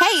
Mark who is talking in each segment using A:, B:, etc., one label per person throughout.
A: Hey,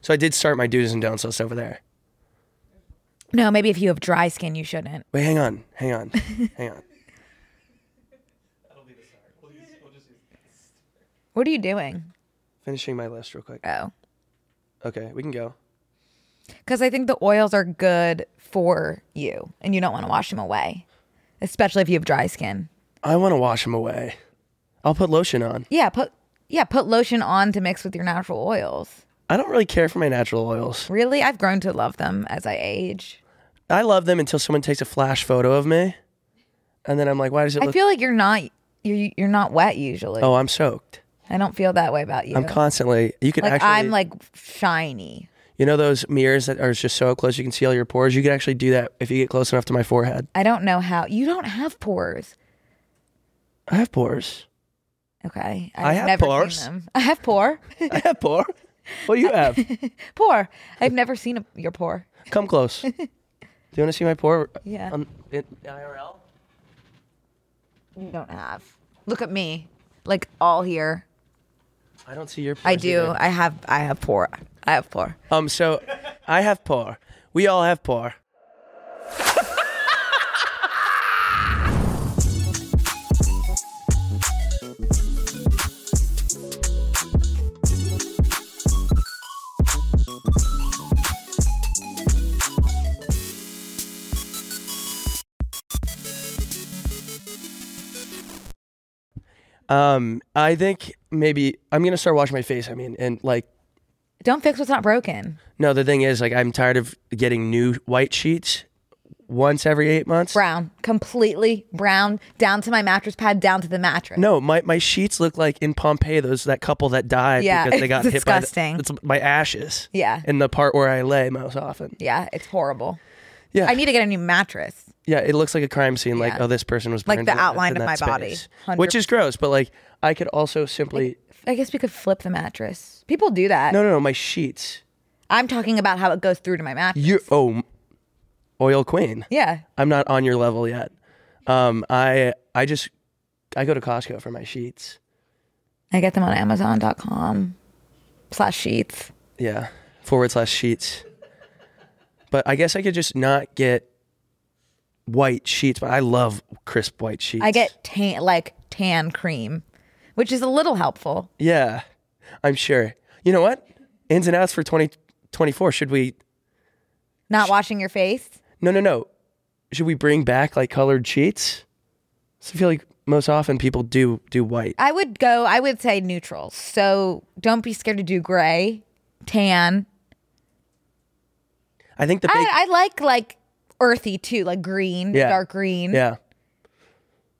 B: So I did start my do's and don'ts list over there.
C: No, maybe if you have dry skin, you shouldn't.
B: Wait, hang on, hang on, hang on.
C: What are you doing?
B: Finishing my list real quick.
C: Oh,
B: Okay, we can go.
C: because I think the oils are good for you, and you don't want to wash them away, especially if you have dry skin.
B: I want to wash them away. I'll put lotion on.
C: Yeah, put yeah, put lotion on to mix with your natural oils.
B: I don't really care for my natural oils.
C: Really, I've grown to love them as I age.
B: I love them until someone takes a flash photo of me, and then I'm like, why does it
C: I
B: look?
C: feel like you're not you're you're not wet usually.
B: oh, I'm soaked.
C: I don't feel that way about you.
B: I'm constantly. You can
C: like
B: actually.
C: I'm like shiny.
B: You know those mirrors that are just so close you can see all your pores? You can actually do that if you get close enough to my forehead.
C: I don't know how you don't have pores.
B: I have pores.
C: Okay,
B: I have
C: never seen
B: pores.
C: them. I have pore,
B: I have pore. What do you have?
C: pore. I've never seen a, your pore.
B: Come close. Do you want to see my pore?
C: Yeah.
B: On, in IRL?
C: You don't have. Look at me, like all here.
B: I don't see your pores.
C: I do.
B: either.
C: I have. I have pore. I have pore.
B: Um, so I have pore. We all have pore. Um, I think maybe I'm gonna start washing my face. I mean, and like
C: Don't fix what's not broken.
B: no, the thing is, like, I'm tired of getting new white sheets once every eight months.
C: Brown, completely brown, down to my mattress pad, down to the mattress.
B: No, my, my sheets look like in Pompeii, those that couple that died
C: Yeah,
B: because they
C: it's
B: got hit by the-
C: disgusting.
B: it's my ashes.
C: Yeah.
B: In the part where I lay most often.
C: Yeah, it's horrible.
B: Yeah.
C: I need to get a new mattress.
B: yeah, it looks like a crime scene. Like,
C: Yeah.
B: oh, this person was
C: Like
B: burned
C: the
B: in that-
C: outline
B: in
C: of
B: that
C: my
B: space.
C: body. Hundred-
B: which is gross. But like, I could also simply
C: I guess we could flip the mattress. People do that.
B: no, no, no, my sheets.
C: I'm talking about how it goes through to my mattress.
B: You oh, m- oil queen.
C: yeah.
B: I'm not on your level yet. Um, I I just I go to Costco for my sheets.
C: I get them on Amazon.com slash sheets.
B: Yeah. Forward slash sheets. But I guess I could just not get white sheets, but I love crisp white sheets.
C: I get tan, like tan cream, which is a little helpful.
B: Yeah. I'm sure. You know what? Ins and outs for 2024. Should we
C: Not washing your face.
B: No, no, no. Should we bring back like colored sheets? So I feel like most often people do do white.
C: I would go, I would say neutral. So don't be scared to do gray, tan.
B: I think the big
C: I, I like like earthy too, like green,
B: Yeah.
C: dark green.
B: Yeah.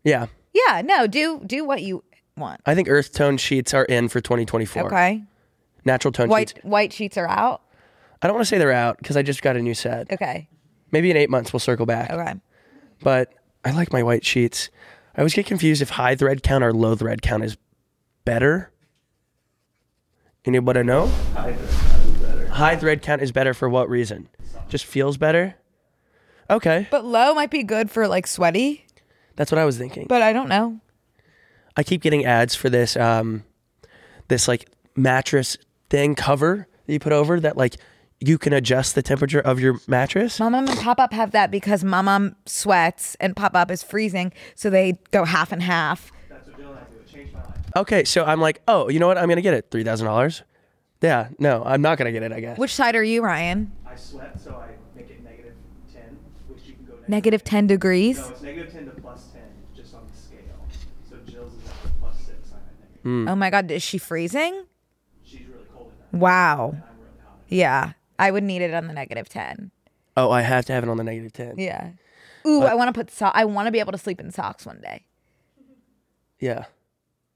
B: Yeah.
C: Yeah, no, do do what you want.
B: I think earth tone sheets are in for 2024.
C: Okay.
B: Natural tone
C: White
B: sheets.
C: white sheets are out.
B: I don't want to say they're out because I just got a new set.
C: Okay.
B: Maybe in eight months we'll circle back.
C: Okay.
B: but I like my white sheets. I always get confused if high thread count or low thread count is better. Anybody know? High thread count is better. High thread count is better for what reason? Just feels better? Okay,
C: But low might be good for like sweaty,
B: that's what I was thinking.
C: but I don't know.
B: I keep getting ads for this um this like mattress thing cover that you put over that like you can adjust the temperature of your mattress.
C: My mom and Pop Up have that because my mom sweats and Pop Up is freezing, so they go half and half.
B: Okay, so I'm like, "Oh, you know what? I'm going to get it. $3,000." Yeah, no, I'm not going to get it, I guess.
C: Which side are you, Ryan?
D: I sweat, so I make it negative 10, which you can go negative.
C: Negative 10 degrees.
D: No, it's negative 10 to plus 10, just on the scale. So Jill's is at the plus 6, I'm at negative.
C: Oh my God, is she freezing?
D: She's really cold in that.
C: Wow. Yeah, I would need it on the negative 10.
B: Oh, I have to have it on the negative 10. Yeah.
C: Yeah. Ooh, I want to put so- I want to be able to sleep in socks one day.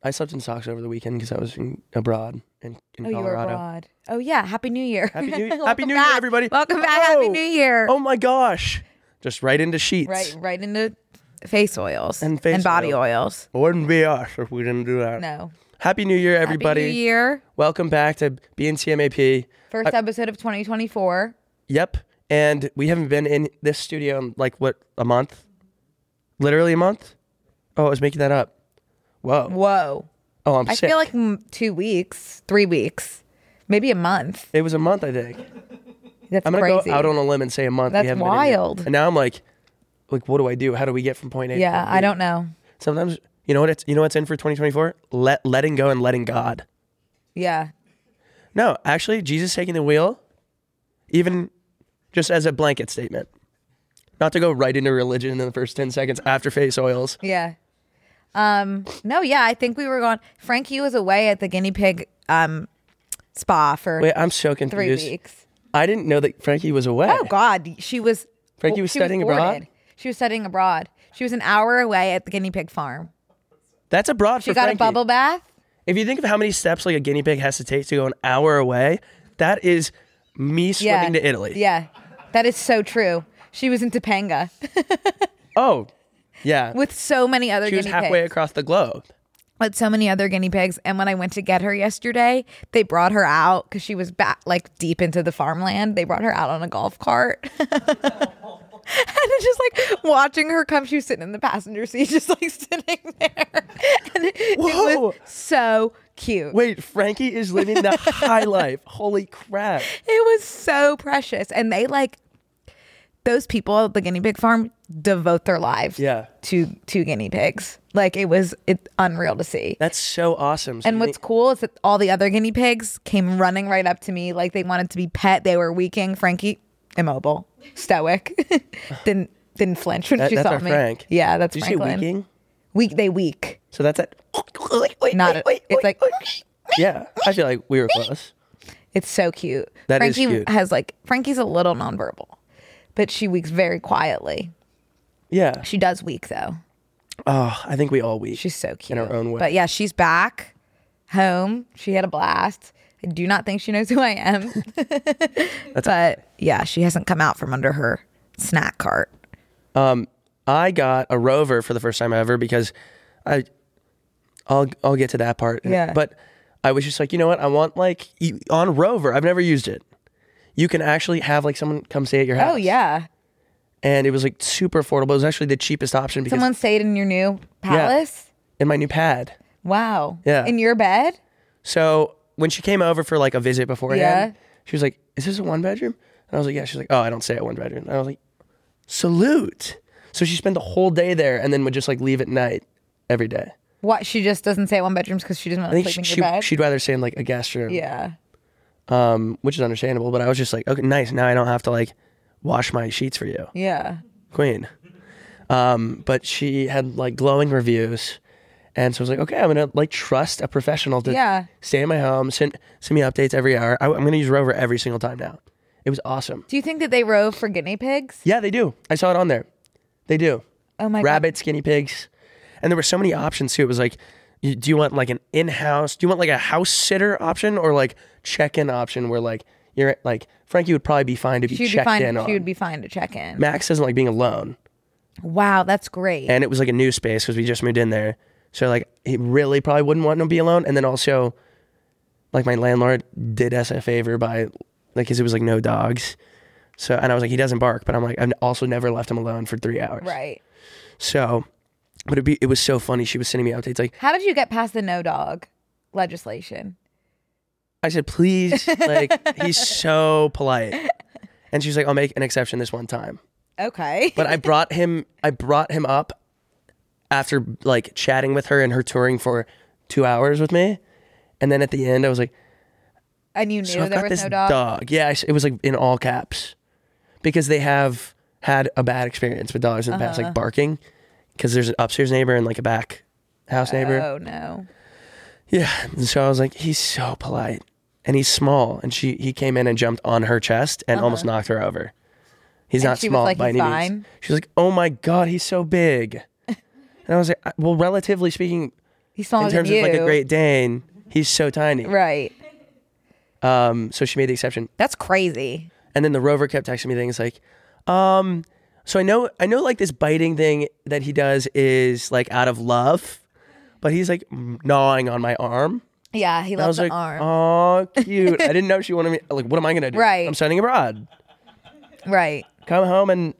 B: I slept in socks over the weekend because I was in, abroad in, in
C: Oh, you were
B: Colorado.
C: abroad. Oh yeah, Happy New Year.
B: Happy New,
C: Welcome
B: Happy New
C: back.
B: Year, everybody!
C: Welcome back. Happy
B: Oh,
C: New Year.
B: Oh my gosh! Just right into sheets.
C: Right, right into face oils
B: And face
C: body
B: oil.
C: oils.
B: Wouldn't be us if we didn't do that.
C: No,
B: Happy New Year, everybody!
C: Happy New Year.
B: Welcome back to BNCMAP.
C: First episode of 2024.
B: Yep. And we haven't been in this studio in like what a month? Literally a month? Oh, I was making that up. Whoa.
C: Whoa.
B: Oh, I'm
C: I
B: sick.
C: feel like mm, two weeks, three weeks, maybe a month.
B: it was a month, I think.
C: That's
B: I'm gonna
C: crazy.
B: go out on a limb and say a month.
C: That's
B: haven't been in here.
C: wild.
B: And now I'm like, like, what do I do? How do we get from point A? to
C: yeah,
B: point B?
C: I don't know.
B: Sometimes you know what it's you know what's in for 2024? Let letting go and letting God.
C: Yeah,
B: No, actually, Jesus taking the wheel, even just as a blanket statement. Not to go right into religion in the first 10 seconds after face oils.
C: yeah. Um, no, yeah, I think we were going. Frankie was away at the guinea pig um spa for
B: Wait, I'm so confused.
C: three weeks.
B: I didn't know that Frankie was away.
C: Oh God, she was.
B: Frankie was
C: she
B: studying abroad?
C: boarded. She was studying abroad. She was an hour away at the guinea pig farm.
B: That's abroad
C: She
B: for
C: got
B: Frankie.
C: a bubble bath.
B: If you think of how many steps like a guinea pig has to take to go an hour away, that is me
C: Yeah,
B: swimming to Italy.
C: Yeah, that is so true. She was in Topanga
B: Oh, yeah.
C: with so many other
B: she was
C: guinea
B: halfway
C: pigs.
B: across the globe.
C: with so many other guinea pigs. And when I went to get her yesterday, they brought her out because she was back like deep into the farmland. They brought her out on a golf cart. and it's just like watching her come. She was sitting in the passenger seat, just like sitting there. And it, it
B: Whoa.
C: was so cute.
B: Wait, Frankie is living the high life. Holy crap.
C: It was so precious. And they like those people at the guinea pig farm devote their lives
B: Yeah.
C: to to guinea pigs. Like it was it unreal to see.
B: That's so awesome. So
C: And
B: you
C: what's
B: think-
C: cool is that all the other guinea pigs came running right up to me like they wanted to be pet. They were weaking. Frankie, immobile, stoic, didn't didn't flinch when
B: that-
C: she
B: that's
C: saw
B: our
C: me.
B: Frank.
C: Yeah, that's
B: Did you
C: Franklin.
B: say weeking?
C: Weak. They weak.
B: So that's it.
C: Not. a- it's like
B: Yeah, I feel like we were close.
C: it's so cute.
B: That is
C: Frankie
B: cute.
C: has like Frankie's a little nonverbal, but she weaks very quietly.
B: Yeah.
C: She does weak though.
B: Oh, I think we all weak.
C: She's so cute
B: In her own way.
C: But yeah, she's back home. She had a blast. I do not think she knows who I am. but yeah, she hasn't come out from under her snack cart.
B: I got a rover for the first time ever because I I'll I'll get to that part.
C: Yeah.
B: But I was just like, you know what? I want like you- on rover. I've never used it. You can actually have like someone come stay at your house.
C: Oh yeah,
B: And it was like super affordable. It was actually the cheapest option because
C: someone stayed in your new palace.
B: in my new pad.
C: Wow.
B: Yeah.
C: In your bed.
B: So when she came over for like a visit beforehand,
C: Yeah.
B: she was like, "Is this a one bedroom?" And I was like, "Yeah." She's like, "Oh, I don't stay at one bedroom." And I was like, "Salute." So she spent the whole day there and then would just like leave at night every day.
C: What? She just doesn't stay at one bedrooms because she doesn't want
B: I
C: to
B: think
C: sleep
B: she,
C: in your
B: she
C: bed.
B: she'd rather stay in like a guest room.
C: yeah.
B: um, which is understandable. But I was just like, okay, nice. Now I don't have to like wash my sheets for you,
C: Yeah.
B: queen. Um, but she had like glowing reviews, and so I was like, okay, I'm gonna like trust a professional to
C: Yeah.
B: stay in my home, send send me updates every hour. I, I'm gonna use Rover every single time now. It was awesome.
C: Do you think that they rove for guinea pigs?
B: Yeah, they do. I saw it on there. They do.
C: Oh my god.
B: Rabbits, guinea pigs, and there were so many options too. It was like. you- Do you want like an in-house? Do you want like a house sitter option or like check-in option where like you're like Frankie would probably be fine to be
C: She'd be
B: checked
C: fine.
B: in on.
C: She would be fine to check in.
B: Max doesn't like being alone.
C: wow, that's great.
B: And it was like a new space because we just moved in there. So like he really probably wouldn't want to be alone. And then also, like my landlord did us a favor by like because it was like no dogs. So and I was like he doesn't bark, but I'm like I've also never left him alone for three hours.
C: right.
B: So, but it be it was so funny. She was sending me updates like
C: How did you get past the no dog legislation?
B: I said please like he's so polite, and she's like I'll make an exception this one time.
C: Okay.
B: but I brought him I brought him up after like chatting with her and her touring for two hours with me. And then at the end I was like,
C: and you knew
B: so I've
C: there
B: got
C: was
B: this
C: no
B: dog.
C: dog.
B: Yeah, I s- it was like in all caps. Because they have had a bad experience with dogs in the past,
C: Uh-huh.
B: like barking. Because there's an upstairs neighbor and like a back house neighbor.
C: Oh no.
B: Yeah. And so I was like, he's so polite. And he's small. And she he came in and jumped on her chest and almost knocked her over. He's
C: Uh-huh. And
B: not
C: she was
B: small
C: like,
B: by
C: "He's
B: any
C: fine?"
B: means. She was like, Oh my God, he's so big. and I was like, "I- Well, relatively speaking,
C: He's smaller
B: in terms
C: than
B: of
C: you.
B: like a Great Dane, he's so tiny.
C: Right.
B: Um, so she made the exception.
C: That's crazy.
B: And then the rover kept texting me things like, um, so I know I know like this biting thing that he does is like out of love, but he's like gnawing on my arm.
C: Yeah, he
B: I
C: loves
B: was
C: an
B: like,
C: arm.
B: oh, cute. I didn't know she wanted me. Like, what am I gonna do?
C: Right.
B: I'm studying abroad. "Oh."
C: right.
B: Come home and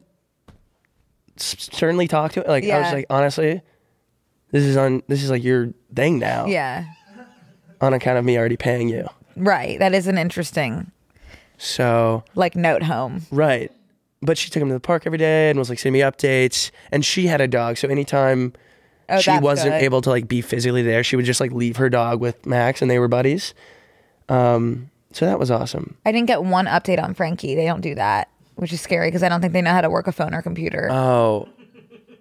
B: s- sternly talk to. Like, I
C: Yeah.
B: was like, honestly, this is on. This is like your thing now.
C: Yeah.
B: On account of me already paying you.
C: Right. That is an interesting
B: So
C: like note home.
B: Right. But she took him to the park every day and was like sending me updates. And she had a dog, so anytime
C: Oh,
B: she
C: that's
B: wasn't
C: good.
B: able to like be physically there, she would just like leave her dog with Max, and they were buddies. Um, so that was awesome.
C: I didn't get one update on Frankie. They don't do that, which is scary because I don't think they know how to work a phone or computer.
B: Oh,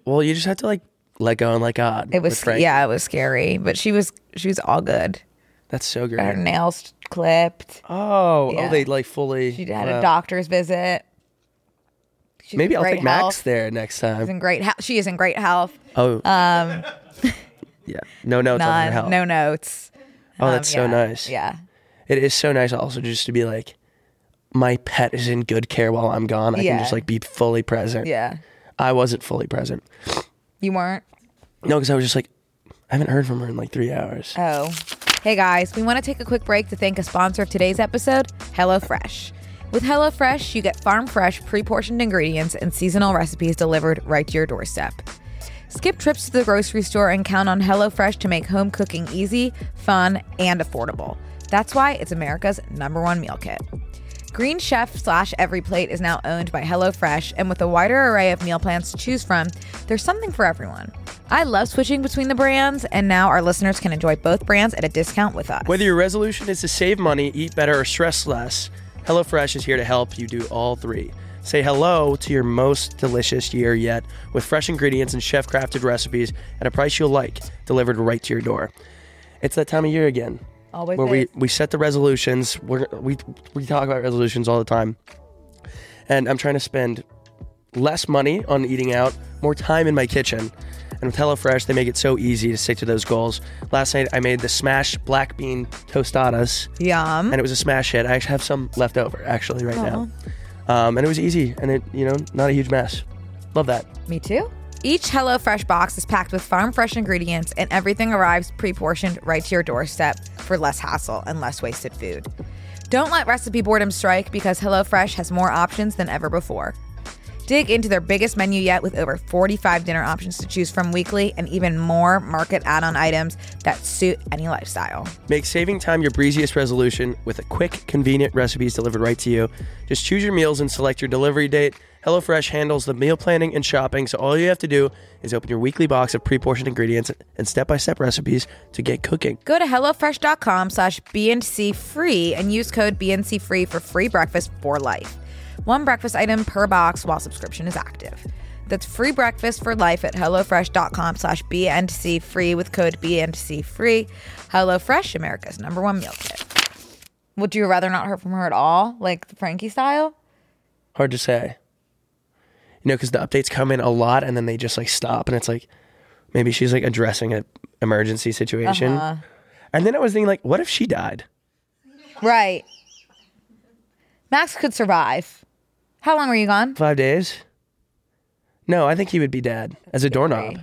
B: well, you just have to like let go and let God.
C: it
B: with
C: was
B: Frank.
C: yeah, it was scary, but she was she was all good.
B: That's so great.
C: Her nails clipped.
B: Oh,
C: Yeah.
B: oh, they like fully.
C: She had
B: wow.
C: a doctor's visit. She's
B: Maybe
C: in
B: I'll
C: great
B: take Max
C: health.
B: there next
C: She's
B: time.
C: in great health. She is in great health.
B: Oh,
C: Um,
B: yeah. No notes on her
C: none,
B: health.
C: no notes.
B: oh, that's so
C: Um, yeah,
B: nice.
C: Yeah,
B: it is so nice also just to be like my pet is in good care while I'm gone. I
C: Yeah.
B: can just like be fully present.
C: yeah.
B: I wasn't fully present.
C: You weren't.
B: No, because I was just like, I haven't heard from her in like three hours.
C: Oh. Hey guys, we want to take a quick break to thank a sponsor of today's episode, HelloFresh. With HelloFresh, you get farm fresh, pre portioned ingredients and seasonal recipes delivered right to your doorstep. Skip trips to the grocery store and count on HelloFresh to make home cooking easy, fun, and affordable. That's why it's America's number one meal kit. Green Chef slash Every Plate is now owned by HelloFresh, and with a wider array of meal plans to choose from, there's something for everyone. I love switching between the brands, and now our listeners can enjoy both brands at a discount with us.
B: Whether your resolution is to save money, eat better, or stress less, HelloFresh is here to help you do all three. Say hello to your most delicious year yet with fresh ingredients and chef crafted recipes at a price you'll like, delivered right to your door. It's that time of year again.
C: Always
B: where
C: is.
B: we, we set the resolutions. We're, we, we talk about resolutions all the time. And I'm trying to spend less money on eating out, more time in my kitchen. And with HelloFresh, they make it so easy to stick to those goals. Last night, I made the smashed black bean tostadas,
C: Yum.
B: and it was a smash hit. I actually have some left over, actually, right now. Um, and it was easy, and it, you know, not a huge mess. Love that.
C: Me too. Each HelloFresh box is packed with farm fresh ingredients, and everything arrives pre portioned right to your doorstep for less hassle and less wasted food. Don't let recipe boredom strike because HelloFresh has more options than ever before. Dig into their biggest menu yet with over 45 dinner options to choose from weekly and even more market add on items that suit any lifestyle.
B: Make saving time your breeziest resolution with a quick, convenient recipes delivered right to you. Just choose your meals and select your delivery date. HelloFresh handles the meal planning and shopping, so all you have to do is open your weekly box of pre-portioned ingredients and step-by-step recipes to get cooking.
C: Go to HelloFresh.com slash BNC free and use code BNC free for free breakfast for life. One breakfast item per box while subscription is active. That's free breakfast for life at HelloFresh.com slash BNC free with code BNC free. HelloFresh, America's number one meal kit. Would you rather not hear from her at all, like the Frankie style?
B: Hard to say. You know, because the updates come in a lot and then they just like stop and it's like maybe she's like addressing an emergency situation.
C: Uh-huh. Uh,
B: And then I was thinking like, what if she died?
C: Right. Max could survive. How long were you gone?
B: Five days? No, I think he would be dead as a doorknob.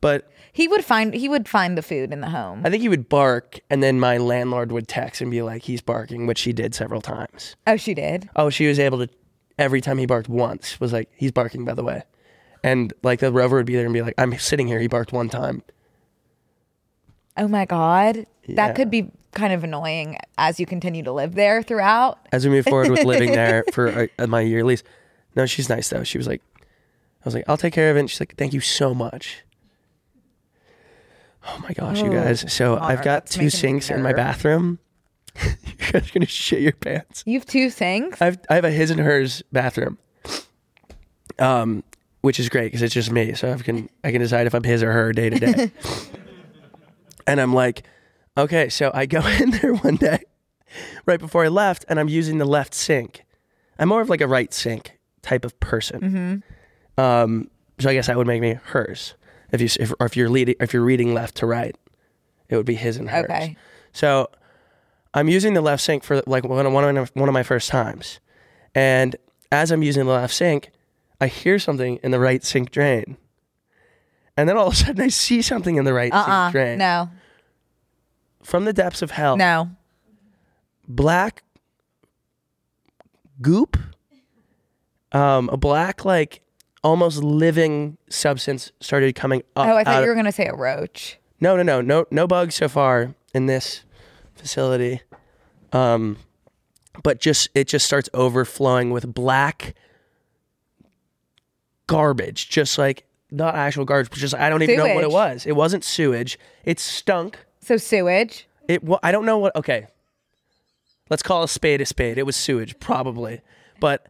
B: But
C: He would find he would find the food in the home.
B: I think he would bark, and then my landlord would text and be like, "He's barking," which she did several times.
C: Oh, she did.
B: Oh, she was able to. Every time he barked once, was like, "He's barking." By the way, and like the rover would be there and be like, "I'm sitting here." He barked one time.
C: Oh my God.
B: Yeah.
C: That could be kind of annoying as you continue to live there throughout.
B: As we move forward with living there for uh, my year lease, no, she's nice though. She was like, "I was like, I'll take care of it." And she's like, "Thank you so much." Oh my gosh, you guys! So I've
C: Connor,
B: got
C: that's making
B: two
C: me
B: sinks in my
C: nervous.
B: bathroom. you guys are gonna shit your pants.
C: You have two sinks?
B: I have, I have a his and hers bathroom, um, which is great because it's just me, so I can I can decide if I'm his or her day to day. And I'm like, okay, so I go in there one day, right before I left, and I'm using the left sink. I'm more of like a right sink type of person. Um, so I guess that would make me hers if you s- if, or if you're leading if you're reading left to right. It would be his and hers.
C: Okay.
B: So I'm using the left sink for like one of, one of one of my first times, and as I'm using the left sink, I hear something in the right sink drain, and then all of a sudden I see something in the right
C: Uh-uh.
B: sink drain.
C: No.
B: From the depths of hell,
C: No.
B: black goop, um, a black like almost living substance started coming up.
C: Oh, I
B: out
C: thought
B: of-
C: you were gonna say a roach.
B: no, no, no, no, no bugs so far in this facility. Um, but just it just starts overflowing with black garbage, just like not actual garbage, but just I don't even know what it
C: Sewage.
B: was. It wasn't sewage. It stunk.
C: So sewage.
B: It. Wa- I don't know what. Okay, let's call a spade a spade. It was sewage, probably, but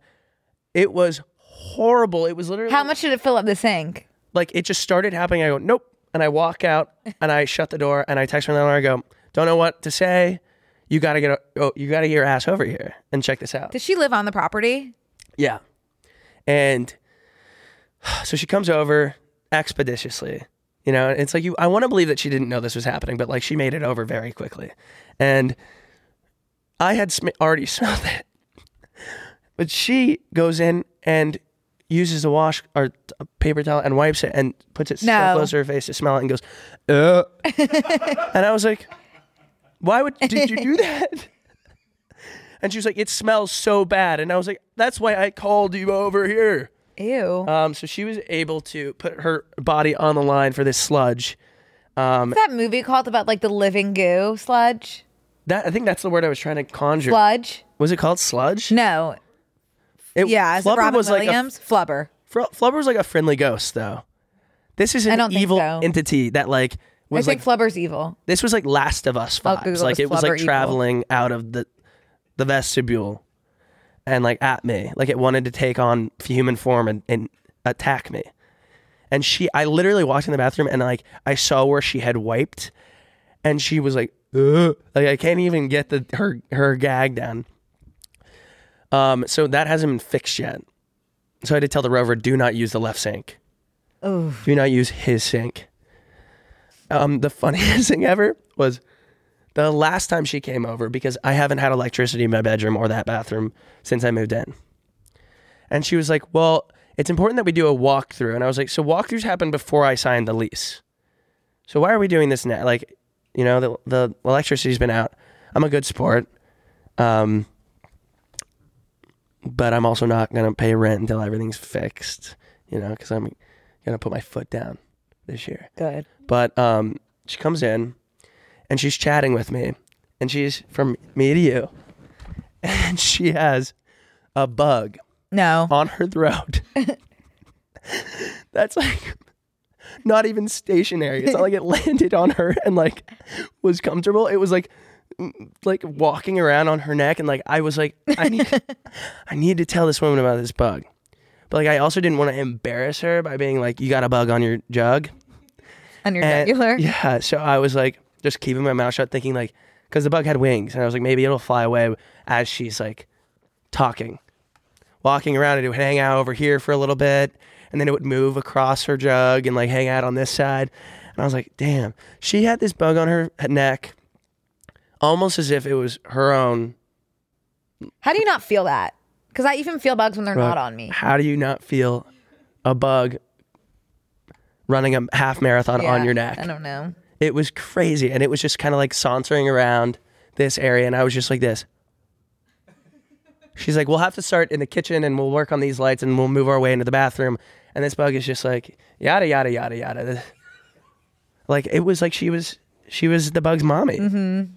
B: it was horrible. It was literally
C: How much did it fill up the sink?
B: like it just started happening. I go, nope. And I walk out and I shut the door and I text my landlord. I go, don't know what to say. You gotta get, oh, you gotta get your ass over here and check this out.
C: Does she live on the property?
B: Yeah. And so she comes over expeditiously. You know, it's like you I want to believe that she didn't know this was happening, but like she made it over very quickly. And I had sm- already smelled it. But she goes in and uses the wash or t- paper towel and wipes it and puts it so
C: No.
B: close to her face to smell it and goes, "Uh." and I was like, "Why would did you do that?" And she was like, "It smells so bad." And I was like, "That's why I called you over here."
C: Ew.
B: Um, so she was able to put her body on the line for this sludge.
C: What's that movie called about like the living goo sludge?
B: That I think that's the word I was trying to conjure.
C: Sludge?
B: Was it called sludge?
C: No.
B: It,
C: Yeah. Is it
B: Flubber
C: Robin
B: was
C: Williams? Flubber.
B: like a, Fr- Flubber was like a friendly ghost, though. This is an
C: don't think
B: evil
C: so.
B: entity that like
C: I
B: was like
C: think Flubber's evil.
B: this was like Last of Us
C: I'll
B: vibes.
C: Google
B: Like
C: this
B: it was like
C: Flubber evil.
B: traveling out of the the vestibule and like at me. Like it wanted to take on human form and, and attack me. And she I literally walked in the bathroom and like I saw where she had wiped and she was like Ugh. like I can't even get the her her gag down. Um so that hasn't been fixed yet. So I had to tell the rover do not use the left sink. Do not use his sink. Um, the funniest thing ever was the last time she came over because I haven't had electricity in my bedroom or that bathroom since I moved in. And she was like, Well, it's important that we do a walkthrough. And I was like, So walkthroughs happened before I signed the lease. So why are we doing this now? Like, you know, the, the electricity's been out. I'm a good sport. Um, but I'm also not going to pay rent until everything's fixed, you know, because I'm going to put my foot down this year.
C: Good.
B: But um, she comes in and she's chatting with me, and she's from me to you, and she has a bug
C: No.
B: on her throat. That's like not even stationary. It's not like it landed on her and like was comfortable. It was like mm, like walking around on her neck and like I was like I need I need to tell this woman about this bug. But like I also didn't want to embarrass her by being like you got a bug on your jug.
C: On your
B: And-
C: regular.
B: Yeah. So I was like, just keeping my mouth shut, thinking like, because the bug had wings, and I was like, maybe it'll fly away as she's like talking, walking around, and it would hang out over here for a little bit, and then it would move across her jug and like hang out on this side. And I was like, damn, she had this bug on her neck, almost as if it was her own.
C: How do you not feel that? Because I even feel bugs when they're not
B: bug.
C: on me.
B: How do you not feel a bug? Running a half marathon
C: Yeah.
B: on your neck.
C: I don't know.
B: It was crazy. And it was just kind of like sauntering around this area. And I was just like this. She's like, we'll have to start in the kitchen and we'll work on these lights and we'll move our way into the bathroom. And this bug is just like, yada, yada, yada, yada. Like, it was like she was, she was the bug's mommy. Mm-hmm.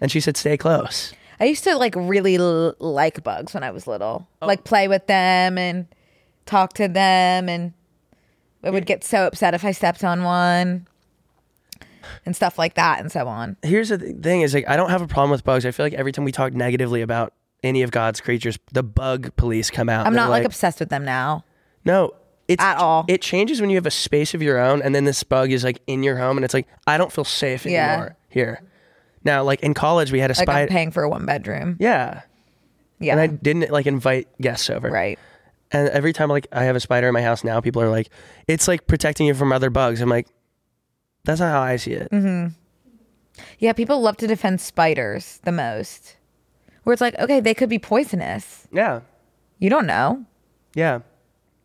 B: And she said, stay close.
C: I used to like really l- like bugs when I was little, like play with them and talk to them, and I would get so upset if I stepped on one and stuff like that, and so on.
B: Here's the th- thing is like, I don't have a problem with bugs. I feel like every time we talk negatively about any of God's creatures, the bug police come out.
C: I'm
B: They're
C: not like obsessed with them now.
B: No, it's
C: At all.
B: It changes when you have a space of your own, and then this bug is like in your home, and it's like I don't feel safe
C: Yeah.
B: anymore here. Now, like in college, we had a
C: Like I'm
B: spider.
C: paying for a one bedroom.
B: yeah,
C: Yeah,
B: and I didn't like invite guests over.
C: right.
B: And every time like I have a spider in my house now, people are like, "It's like protecting you from other bugs." I'm like, "That's not how I see it." Mm-hmm.
C: Yeah, people love to defend spiders the most. Where it's like, okay, they could be poisonous.
B: Yeah.
C: You don't know.
B: Yeah.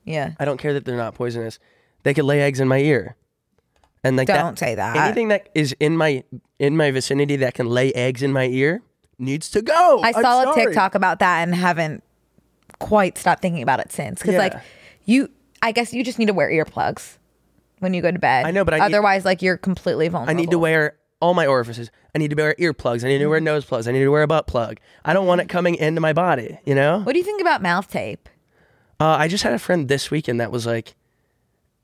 C: Yeah.
B: I don't care that they're not poisonous. They could lay eggs in my ear. And like
C: Don't say that.
B: Anything that is in my in my vicinity that can lay eggs in my ear needs to go.
C: I
B: I'm
C: saw a
B: sorry.
C: TikTok about that and haven't quite stopped thinking about it since. Because
B: Yeah.
C: like you, I guess you just need to wear earplugs when you go to bed.
B: I know, but I need-
C: otherwise, like you're completely vulnerable.
B: I need to wear all my orifices. I need to wear earplugs. I need to wear nose plugs. I need to wear a butt plug. I don't want it coming into my body, you know?
C: What do you think about mouth tape?
B: Uh, I just had a friend this weekend that was like,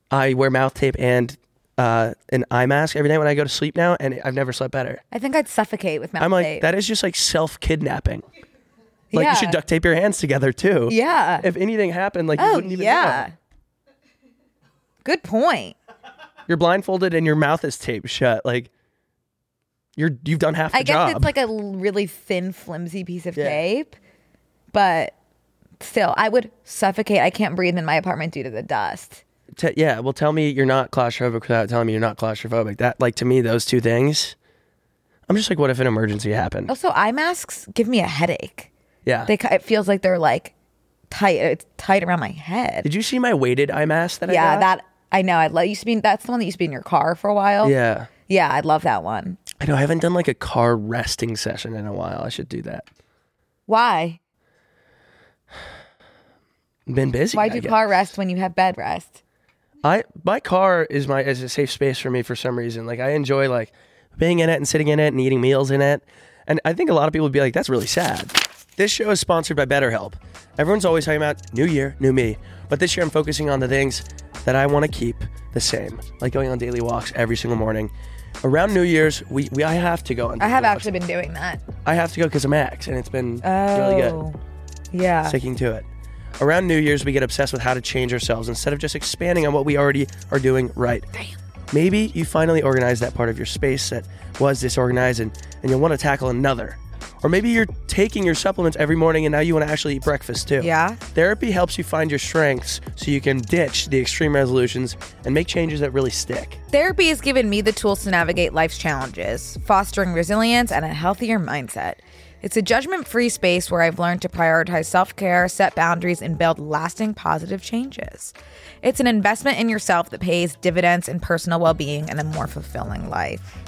B: I wear mouth tape and uh, an eye mask every night when I go to sleep now, and I've never slept better.
C: I think I'd suffocate with mouth
B: I'm like,
C: tape.
B: that is just like self kidnapping. Like, you
C: Yeah.
B: should duct tape your hands together too.
C: yeah.
B: If anything happened, like, you
C: oh
B: wouldn't even
C: yeah.
B: know.
C: Good point.
B: You're blindfolded and your mouth is taped shut. Like, you're, you've done half the
C: I guess
B: job.
C: it's like a l- really thin, flimsy piece of
B: Yeah.
C: tape, but still, I would suffocate. I can't breathe in my apartment due to the dust.
B: Te- yeah, well, tell me you're not claustrophobic without telling me you're not claustrophobic. That, like, to me, those two things. I'm just like, what if an emergency happened?
C: Also, eye masks give me a headache.
B: yeah.
C: Oh, They, ki- it feels like they're like tight. It's tight around my head.
B: Did you see my weighted eye mask that I
C: Yeah,
B: got?
C: that oh. I know. I lo- used to be. That's the one that used to be in your car for a while.
B: Yeah.
C: yeah, I love that one.
B: I know I haven't done like a car resting session in a while. I should do that.
C: Why?
B: Been busy.
C: Why
B: I
C: do
B: guess.
C: car rest when you have bed rest?
B: I my car is my is a safe space for me for some reason. Like I enjoy like being in it and sitting in it and eating meals in it. And I think a lot of people would be like, that's really sad. This show is sponsored by BetterHelp. Everyone's always talking about new year, new me. But this year I'm focusing on the things that I want to keep the same. Like going on daily walks every single morning. Around New Year's, we, we I have to go on
C: I have
B: daily walks.
C: actually been doing that.
B: I have to go because I'm Max and it's been really good
C: Oh, yeah.
B: sticking to it. Around New Year's, we get obsessed with how to change ourselves instead of just expanding on what we already are doing right. Maybe you finally organized that part of your space that was disorganized and, and you'll want to tackle another. Or maybe you're taking your supplements every morning and now you want to actually eat breakfast too.
C: Yeah.
B: Therapy helps you find your strengths so you can ditch the extreme resolutions and make changes that really stick.
C: Therapy has given me the tools to navigate life's challenges, fostering resilience and a healthier mindset. It's a judgment free space where I've learned to prioritize self care, set boundaries, and build lasting positive changes. It's an investment in yourself that pays dividends in personal well being and a more fulfilling life.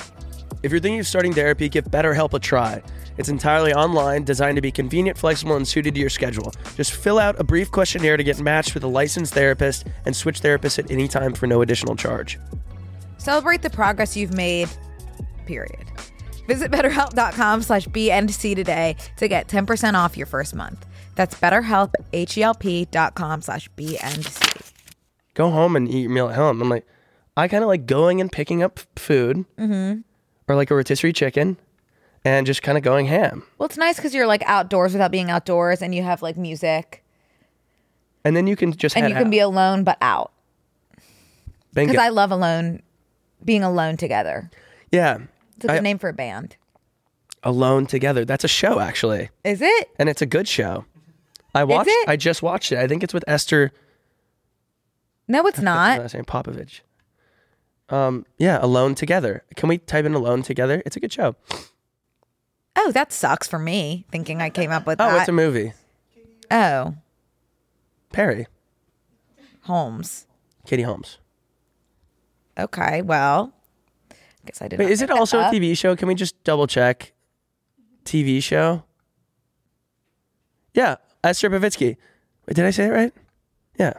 B: If you're thinking of starting therapy, give BetterHelp a try. It's entirely online, designed to be convenient, flexible, and suited to your schedule. Just fill out a brief questionnaire to get matched with a licensed therapist and switch therapists at any time for no additional charge.
C: Celebrate the progress you've made, period. Visit betterhelp.com slash BNC today to get 10% off your first month. That's betterhelp, H-E-L-P dot com slash BNC.
B: Go home and eat your meal at home. I'm like, I kind of like going and picking up food
C: Mm-hmm.
B: or like a rotisserie chicken and just kind of going ham.
C: Well, it's nice because you're like outdoors without being outdoors, and you have like music,
B: And then you can just
C: and
B: head
C: you can
B: out.
C: be alone but out.
B: Bingo.
C: Because I love alone, being alone together.
B: yeah.
C: It's a good
B: I-
C: name for a band,
B: Alone Together. That's a show, actually.
C: is it?
B: and it's a good show. I watched.
C: it?
B: I just watched it. I think it's with Esther.
C: No, it's
B: what's her
C: not.
B: last name Popovich. Um, yeah, Alone Together. Can we type in Alone Together? It's a good show.
C: Oh, that sucks for me. Thinking I came up with
B: Oh,
C: that.
B: it's a movie.
C: oh,
B: Perry,
C: Holmes.
B: Katie Holmes.
C: Okay, well, I guess I didn't.
B: Wait, is it also a TV show? Can we just double check? TV show. Yeah, Esther Pavitsky. Wait, did I say it right? Yeah.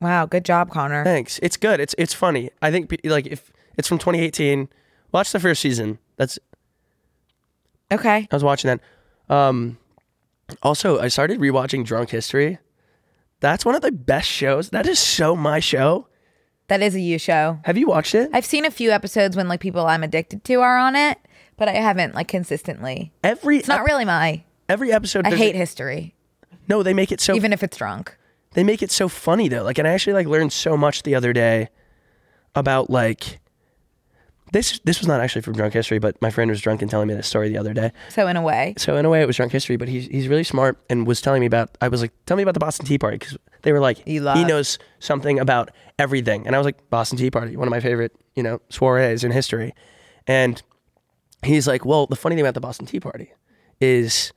C: Wow, good job, Connor.
B: Thanks. It's good. It's it's funny. I think pe- like if it's from 2018, watch the first season. That's
C: Okay,
B: I was watching that. Um, also, I started rewatching Drunk History. That's one of the best shows. That is so my show.
C: that is a you show.
B: Have you watched it?
C: I've seen a few episodes when like people I'm addicted to are on it, but I haven't like consistently.
B: Every
C: It's not
B: ep-
C: really my.
B: every episode.
C: I
B: there's-
C: hate history,
B: No, they make it so
C: even if it's drunk.
B: they make it so funny though. Like, and I actually like learned so much the other day about like this. This was not actually from Drunk History, but my friend was drunk and telling me this story the other day.
C: So in a way,
B: so in a way it was drunk history but he's, he's really smart and was telling me about i was like tell me about the boston tea party because they were like he
C: love-
B: knows something about everything and i was like boston tea party one of my favorite you know soirees in history and he's like, well, the funny thing about the Boston Tea Party is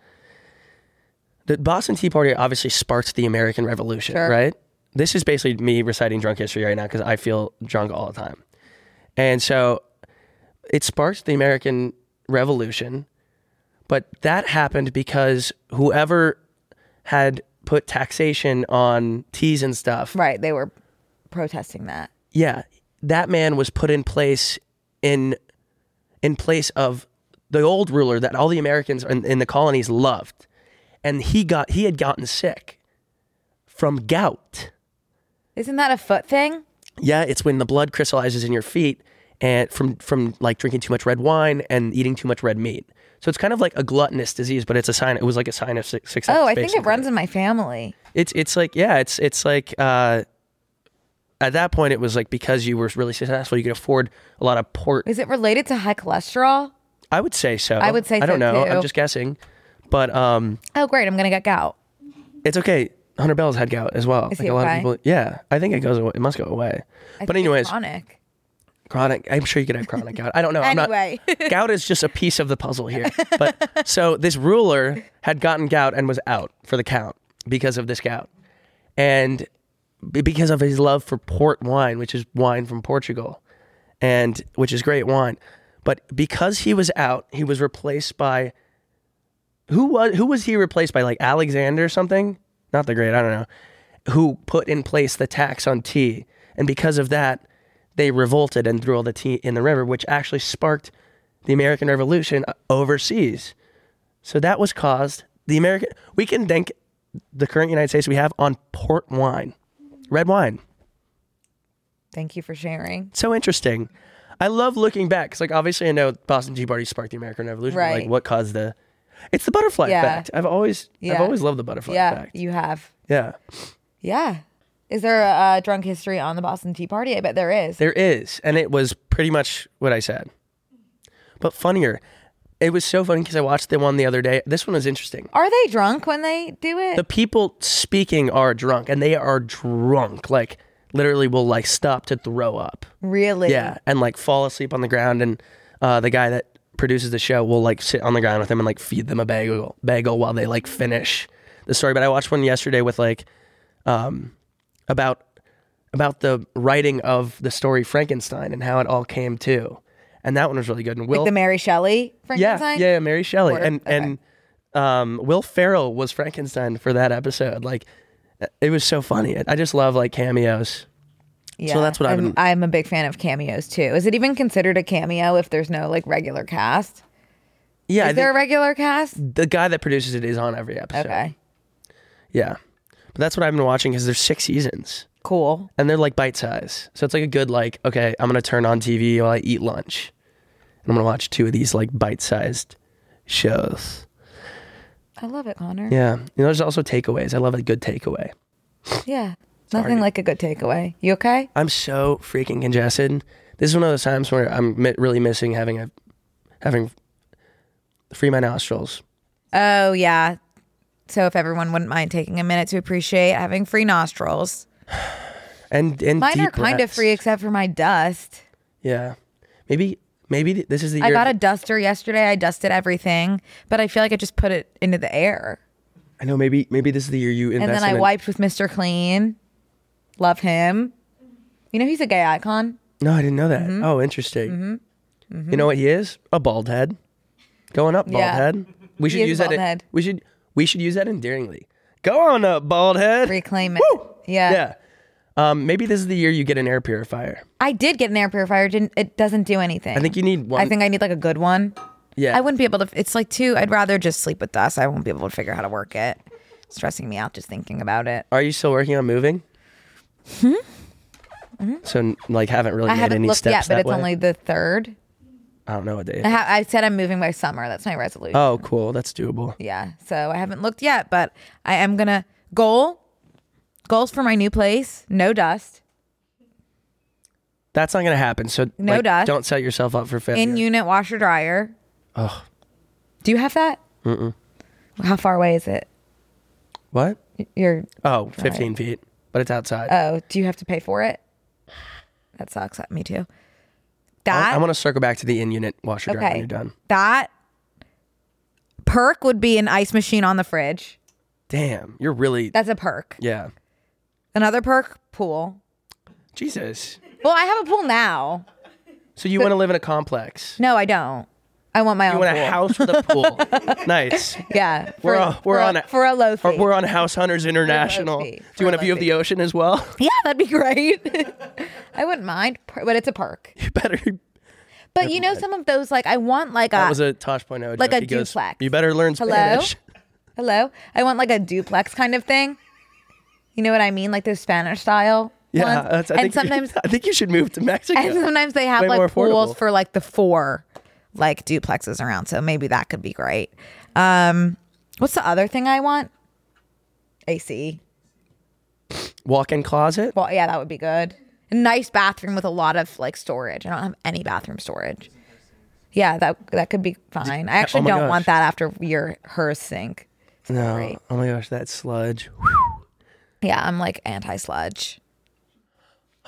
B: the Boston Tea Party obviously sparked the American Revolution,
C: Sure.
B: right? This is basically me reciting drunk history right now because I feel drunk all the time. And so it sparked the American Revolution, but that happened because whoever had put taxation on teas and stuff
C: Right. They were protesting that.
B: yeah, that man was put in place in in place of the old ruler that all the Americans in, in the colonies loved, and he got he had gotten sick from gout.
C: Isn't that a foot thing?
B: Yeah, it's when the blood crystallizes in your feet and from from like drinking too much red wine and eating too much red meat. So it's kind of like a gluttonous disease, but it's a sign. It was like a sign of su- success.
C: Oh, I think it
B: basically.
C: runs in my family.
B: It's it's like yeah, it's it's like uh, at that point it was like because you were really successful, you could afford a lot of port.
C: Is it related to high cholesterol?
B: I would say so.
C: I would say
B: I don't
C: so,
B: know.
C: too.
B: I'm just guessing, but um,
C: Oh, great. I'm going to get gout.
B: it's okay. Hunter Bell's had gout as well.
C: Is
B: like
C: he
B: a lot
C: okay?
B: of people. Yeah, I think it goes away. It must go away.
C: I
B: but
C: think it's
B: anyways,
C: chronic.
B: chronic. I'm sure you could have chronic gout. I don't know.
C: Anyway.
B: I'm not, gout is just a piece of the puzzle here. But so this ruler had gotten gout and was out for the count because of this gout, and b- because of his love for port wine, which is wine from Portugal, and which is great wine. But because he was out, he was replaced by who was who was he replaced by? Like Alexander or something? Not the Great. I don't know who put in place the tax on tea. And because of that, they revolted and threw all the tea in the river, which actually sparked the American Revolution overseas. So that was caused the American. We can thank the current United States we have on port wine, red wine.
C: Thank you for sharing.
B: So interesting. I love looking back because, like, obviously, I know Boston Tea Party sparked the American Revolution. but, Like,
C: Right.
B: what caused the? It's the butterfly
C: Yeah.
B: effect. I've always, I've
C: Yeah.
B: always loved the butterfly
C: yeah,
B: effect.
C: you have.
B: Yeah.
C: Yeah. Is there a, uh drunk history on the Boston Tea Party? I bet there is.
B: There is, and it was pretty much what I said, but funnier. It was so funny because I watched the one the other day. This one was interesting.
C: Are they drunk when they do it?
B: The people speaking are drunk, and they are drunk. Like literally, will like stop to throw up.
C: really?
B: Yeah, and like fall asleep on the ground, and uh, the guy that produces the show will like sit on the ground with them and like feed them a bagel, bagel while they like finish the story. But I watched one yesterday with like, um, about about the writing of the story Frankenstein and how it all came to, and that one was really good. And Will,
C: Like the Mary Shelley
B: yeah,
C: Frankenstein?
B: yeah, Mary Shelley,
C: Word,
B: and
C: okay.
B: and um, Will Ferrell was Frankenstein for that episode. Like, it was so funny. I just love like cameos.
C: Yeah.
B: So that's what I
C: I'm,
B: would-
C: I'm a big fan of cameos too. Is it even considered a cameo if there's no like regular cast?
B: Yeah, I
C: Is there a
B: think
C: regular cast?
B: the guy that produces it is on every episode.
C: Okay.
B: Yeah. But that's what I've been watching because there's six seasons
C: Cool.
B: and they're like bite size. So it's like a good, like, okay, I'm going to turn on TV while I eat lunch and I'm going to watch two of these like bite sized shows.
C: I love it, Connor.
B: Yeah. You know, there's also takeaways. I love a good takeaway.
C: Yeah. Nothing like a good takeaway. You okay?
B: I'm so freaking congested. This is one of those times where I'm mi- really missing having a, having free my nostrils.
C: Oh, yeah. So if everyone wouldn't mind taking a minute to appreciate having free nostrils.
B: And, and
C: Mine
B: deep
C: are kind of
B: breaths.
C: free except for my dust.
B: Yeah. Maybe, maybe th- this is the year.
C: I got a duster yesterday. I dusted everything, but I feel like I just put it into the air.
B: I know maybe, maybe this is the year you invest
C: And then I
B: in a-
C: wiped with Mr. Clean. Love him. You know, he's a gay icon.
B: No, I didn't know that.
C: Mm-hmm.
B: Oh, interesting. You know what he is? A bald head. Going up, bald
C: Yeah.
B: head. We should
C: is a
B: use that.
C: bald head.
B: We should we should use that endearingly. Go on up, bald head.
C: Reclaim it. Yeah.
B: Yeah. Um, maybe this is the year you get an air purifier.
C: I did get an air purifier. Didn't, it doesn't do anything.
B: I think you need one.
C: I think I need like a good one.
B: yeah.
C: I wouldn't be able to. It's like two. I'd rather just sleep with dust. I won't be able to figure out how to work it. It's stressing me out just thinking about it.
B: Are you still working on moving? Hmm. So like haven't really
C: Mm-hmm. I
B: made
C: haven't
B: any
C: looked
B: steps
C: yet, but
B: that
C: it's
B: way?
C: only the third.
B: I don't know what day.
C: I, ha- I said I'm moving by summer. That's my resolution.
B: oh, cool. That's doable.
C: Yeah. So I haven't looked yet, but I am gonna goal goals for my new place. No dust.
B: That's not gonna happen. So
C: No
B: like,
C: dust.
B: Don't set yourself up for failure.
C: In unit washer dryer.
B: Ugh.
C: Do you have that? Mm-mm. How far away is it?
B: what?
C: You're
B: Oh, 15 feet. But it's outside.
C: oh. Do you have to pay for it? uh, That sucks. Me too. That
B: I want to circle back to the in unit washer dryer when
C: okay.
B: you're done.
C: That perk would be an ice machine on the fridge.
B: Damn, you're really
C: That's a perk.
B: yeah.
C: Another perk, pool.
B: Jesus.
C: Well, I have a pool now.
B: So you want to live in a complex?
C: No, I don't. I want my
B: You
C: own
B: want
C: pool.
B: a house with a pool? nice.
C: Yeah,
B: We're on- we're
C: for,
B: on
C: a,
B: it.
C: for a low
B: Or
C: fee.
B: we're on House Hunters International.
C: fee.
B: Do
C: For
B: you want a
C: low
B: view of
C: fee.
B: the ocean as well?
C: yeah, that'd be great. I wouldn't mind, per- but it's a perk.
B: you better.
C: But you know, some of those like I want like
B: That
C: a,
B: was a Tosh.0
C: Uh, Like
B: joke.
C: a
B: He goes,
C: duplex.
B: You better learn
C: Hello?
B: Spanish.
C: hello. I want like a duplex kind of thing. You know what I mean, like the Spanish style.
B: Yeah,
C: ones.
B: that's, I
C: and
B: think
C: sometimes
B: I think you should move to Mexico.
C: and sometimes they have
B: Way more
C: like pools
B: affordable.
C: for like the four like duplexes around. So maybe that could be great. Um, what's the other thing I want? AC.
B: walk-in closet.
C: Well, yeah, that would be good. A nice bathroom with a lot of like storage. I don't have any bathroom storage. Yeah, that that could be fine. I actually
B: oh my
C: don't
B: gosh.
C: want that after your her sink.
B: No.
C: Great.
B: Oh my gosh, that sludge.
C: Yeah, I'm like anti sludge.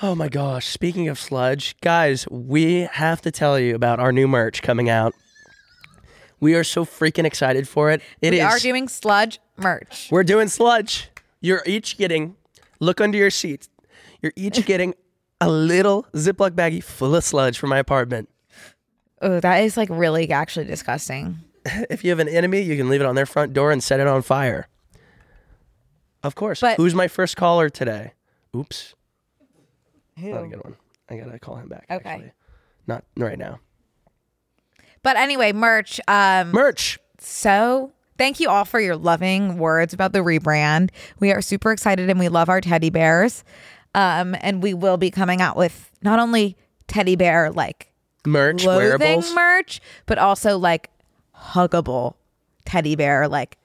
B: Oh my gosh. Speaking of sludge, guys, we have to tell you about our new merch coming out. We are so freaking excited for it. It
C: We
B: is-
C: are doing sludge merch.
B: We're doing sludge. You're each getting, look under your seat. You're each getting a little Ziploc baggie full of sludge from my apartment.
C: Oh, that is like really actually disgusting.
B: If you have an enemy, you can leave it on their front door and set it on fire. Of course.
C: But-
B: Who's my first caller today? Oops. Not a
C: Who?
B: good one. I gotta call him back.
C: Okay.
B: Actually. Not right now.
C: But anyway, merch. Um,
B: Merch.
C: so thank you all for your loving words about the rebrand. We are super excited and we love our teddy bears. Um, and we will be coming out with not only teddy bear like
B: Merch.
C: clothing
B: wearables.
C: merch, but also like huggable teddy bear, like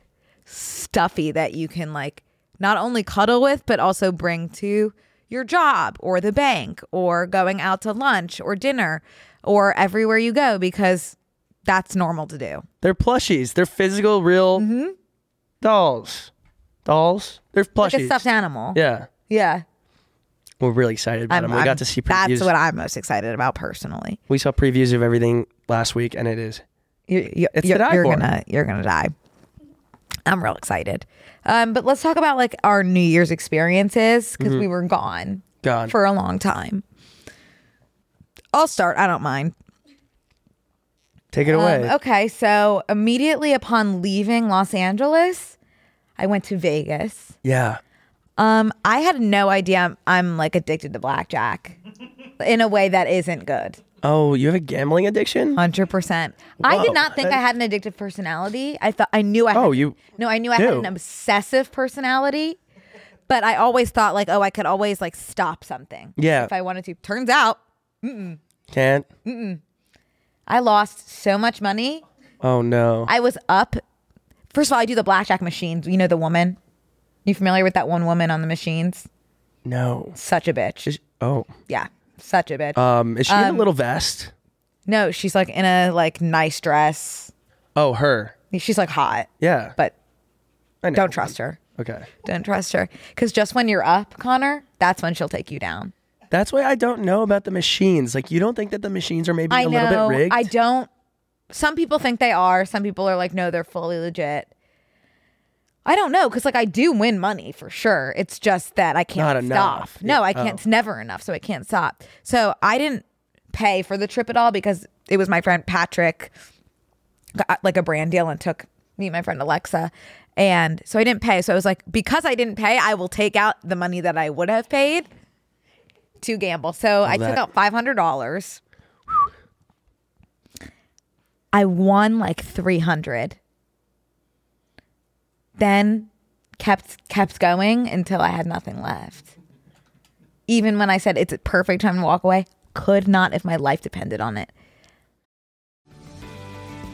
C: stuffy that you can like not only cuddle with, but also bring to your job or the bank or going out to lunch or dinner or everywhere you go because that's normal to do.
B: They're plushies. They're physical, real
C: Mm-hmm.
B: dolls. Dolls. They're
C: Like a
B: plushies.
C: stuffed animal.
B: yeah.
C: Yeah.
B: We're really excited about
C: I'm-
B: them. We
C: I'm-
B: got to see previews.
C: That's what I'm most excited about personally.
B: we saw previews of everything last week, and it is
C: you, you,
B: It's
C: you're,
B: the die
C: you're
B: for.
C: gonna you're gonna die. I'm real excited. Um, but let's talk about like our New Year's experiences because
B: Mm-hmm.
C: we were gone
B: gone.
C: for a long time. I'll start. I don't mind.
B: Take it away.
C: Um, okay, so immediately upon leaving Los Angeles, I went to Vegas.
B: Yeah.
C: Um, I had no idea I'm, I'm like addicted to blackjack in a way that isn't good.
B: Oh, you have a gambling addiction?
C: Hundred percent. I
B: Whoa.
C: did not think I had an addictive personality. I thought I knew I. Had,
B: Oh, you
C: No, I knew I had
B: do.
C: an obsessive personality, but I always thought like, oh, I could always like stop something.
B: Yeah.
C: If I wanted to. Turns out
B: Can't.
C: I lost so much money.
B: Oh no.
C: I was up. First of all, I do the blackjack machines. You know the woman. You familiar with that one woman on the machines?
B: no.
C: Such a bitch.
B: Is- oh.
C: Yeah, such a bitch.
B: Um. Is she in a little vest?
C: no, she's like in a like nice dress.
B: Oh, her.
C: She's like hot,
B: Yeah.
C: but
B: I know.
C: don't trust her.
B: Okay.
C: Don't trust her. Because just when you're up, Connor, that's when she'll take you down.
B: That's why I don't know about the machines. Like, you don't think that the machines are maybe
C: I
B: a little
C: know.
B: bit rigged?
C: I don't. Some people think they are. Some people are like, no, they're fully legit. I don't know. Because, like, I do win money for sure. It's just that I can't
B: Not
C: stop.
B: enough. Oh.
C: No,
B: Yeah.
C: I can't. It's never enough. So I can't stop. So I didn't pay for the trip at all because it was my friend Patrick got uh, like a brand deal and took me and my friend Alexa. And so I didn't pay. So I was like, because I didn't pay, I will take out the money that I would have paid to gamble. So I took
B: that-
C: out five hundred dollars. I won like three hundred. Then kept kept going until I had nothing left. Even when I said it's a perfect time to walk away, could not if my life depended on it.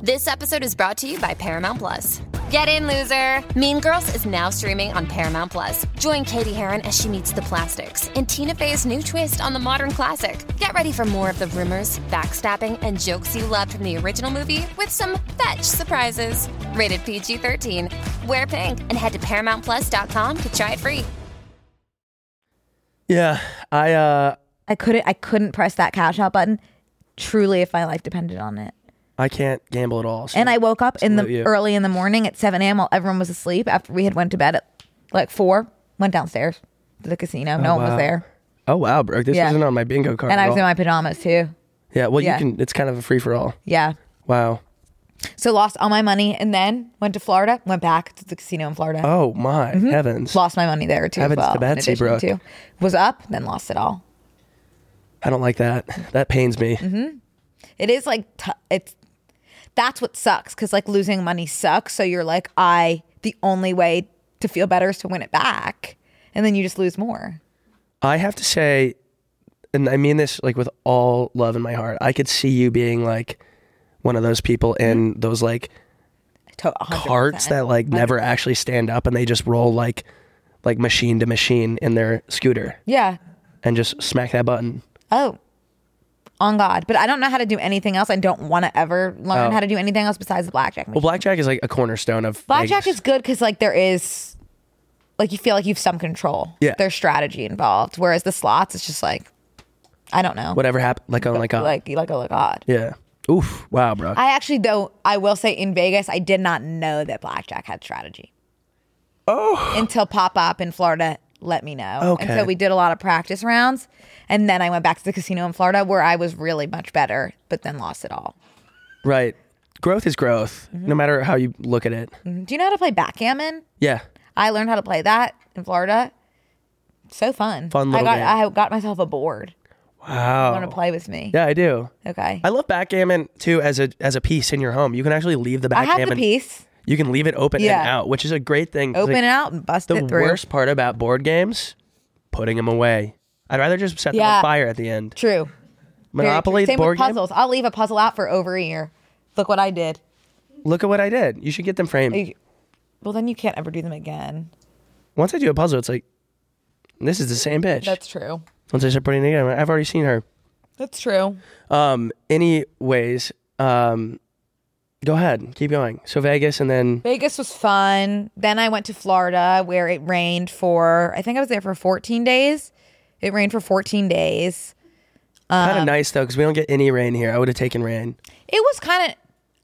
A: This episode is brought to you by Paramount Plus. Get in, loser! Mean Girls is now streaming on Paramount Plus. Join Katie Heron as she meets the plastics in Tina Fey's new twist on the modern classic. Get ready for more of the rumors, backstabbing, and jokes you loved from the original movie with some fetch surprises. Rated PG 13. Wear pink and head to ParamountPlus.com to try it free.
B: Yeah, I uh,
C: I couldn't I couldn't press that cash out button truly if my life depended on it.
B: I can't gamble at all. so-
C: And I woke up in the
B: Salute you.
C: early in the morning at 7 a.m. while everyone was asleep after we had went to bed at like 4, went downstairs to the casino. no one
B: wow.
C: was there.
B: oh wow, bro, this
C: Yeah.
B: isn't on my bingo card.
C: And
B: at
C: I was in
B: all.
C: my pajamas too.
B: yeah, well,
C: yeah.
B: you can. It's kind of a free for all.
C: Yeah.
B: Wow.
C: So lost all my money and then went to Florida, went back to the casino in Florida.
B: Oh my
C: Mm-hmm.
B: heavens!
C: Lost my money there too. as
B: Heavens to
C: well, in
B: Betsy,
C: addition
B: bro.
C: to- was up, then lost it all.
B: I don't like that. That pains me.
C: Mm-hmm. It is like t- it's that's what sucks because like losing money sucks. So you're like, I the only way to feel better is to win it back, and then you just lose more.
B: I have to say, and I mean this like with all love in my heart. I could see you being like one of those people
C: Mm-hmm.
B: in those like
C: To- 100%.
B: carts that like never actually stand up and they just roll like like machine to machine in their scooter
C: yeah.
B: and just smack that button.
C: Oh, on God, but I don't know how to do anything else. I don't want to ever
B: Oh.
C: learn how to do anything else besides the blackjack.
B: Well, blackjack is like a cornerstone of
C: blackjack
B: Vegas.
C: is good because like there is like you feel like you've some control.
B: Yeah.
C: there's strategy involved. Whereas the slots, it's just like I don't know.
B: whatever happened. Like oh my god.
C: Like you like oh god.
B: yeah. Oof. Wow, bro.
C: I actually, though, I will say in Vegas, I did not know that blackjack had strategy. Oh. Until Pop Up in Florida let me know. And
B: Okay.
C: so we did a lot of practice rounds. And then I went back to the casino in Florida where I was really much better, but then lost it all.
B: right. Growth is growth,
C: Mm-hmm.
B: no matter how you look at it.
C: Do you know how to play backgammon?
B: Yeah.
C: I learned how to play that in Florida. So fun.
B: Fun little
C: I got
B: game.
C: I got myself a board. Want to
B: Wow.
C: play with me?
B: Yeah, I do.
C: Okay.
B: I love backgammon too as a as a piece in your home. You can actually leave the
C: I
B: backgammon.
C: have the piece.
B: You can leave it open
C: Yeah.
B: and out, which is a great thing. 'cause,
C: Open
B: like,
C: it out and bust
B: The
C: it through.
B: worst part about board games, putting them away. I'd rather just set them
C: Yeah.
B: on fire at the end.
C: True. Very true.
B: Monopoly
C: Same
B: board
C: with puzzles. I'll leave a puzzle out for over a year. Look what I did.
B: game. Look at what I did. You should get them framed.
C: You- Well, then you can't ever do them again.
B: Once I do a puzzle, it's like, this is the same bitch.
C: That's true.
B: Once I start putting it together, I've already seen her.
C: That's true.
B: Um. Anyways, um, go ahead, keep going. So Vegas, and then
C: Vegas was fun. Then I went to Florida where it rained for, I think I was there for 14 days. It rained for 14 days. Uh,
B: kind of nice though, because we don't get any rain here. I would have taken rain.
C: It was kind of,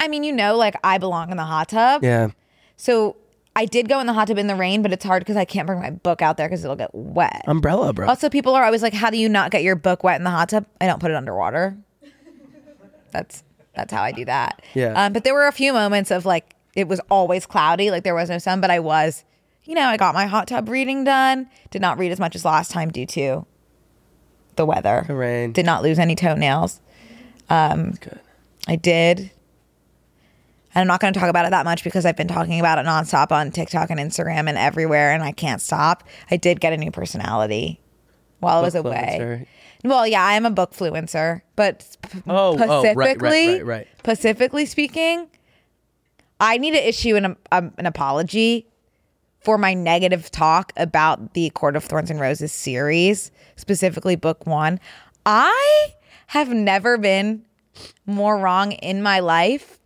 C: I mean, you know, like I belong in the hot tub.
B: Yeah.
C: So I did go in the hot tub in the rain, but it's hard because I can't bring my book out there because it'll get wet.
B: Umbrella, bro.
C: also, people are always like, how do you not get your book wet in the hot tub? I don't put it underwater. That's that's how I do that.
B: Yeah.
C: Um, but there were a few moments of like it was always cloudy, like there was no sun, but I was, you know, I got my hot tub reading done. Did not read as much as last time due to the weather.
B: The rain.
C: Did not lose any toenails. Um,
B: That's good.
C: I did. And I'm not going to talk about it that much because I've been talking about it nonstop on TikTok and Instagram and everywhere, and I can't stop. I did get a new personality while I was away.
B: Influencer.
C: Well, yeah, I am a book fluencer, but p-
B: Oh, oh, right, right,
C: specifically,
B: right, right.
C: specifically speaking, I need to issue an um, an apology for my negative talk about the Court of Thorns and Roses series, specifically book one. I have never been more wrong in my life.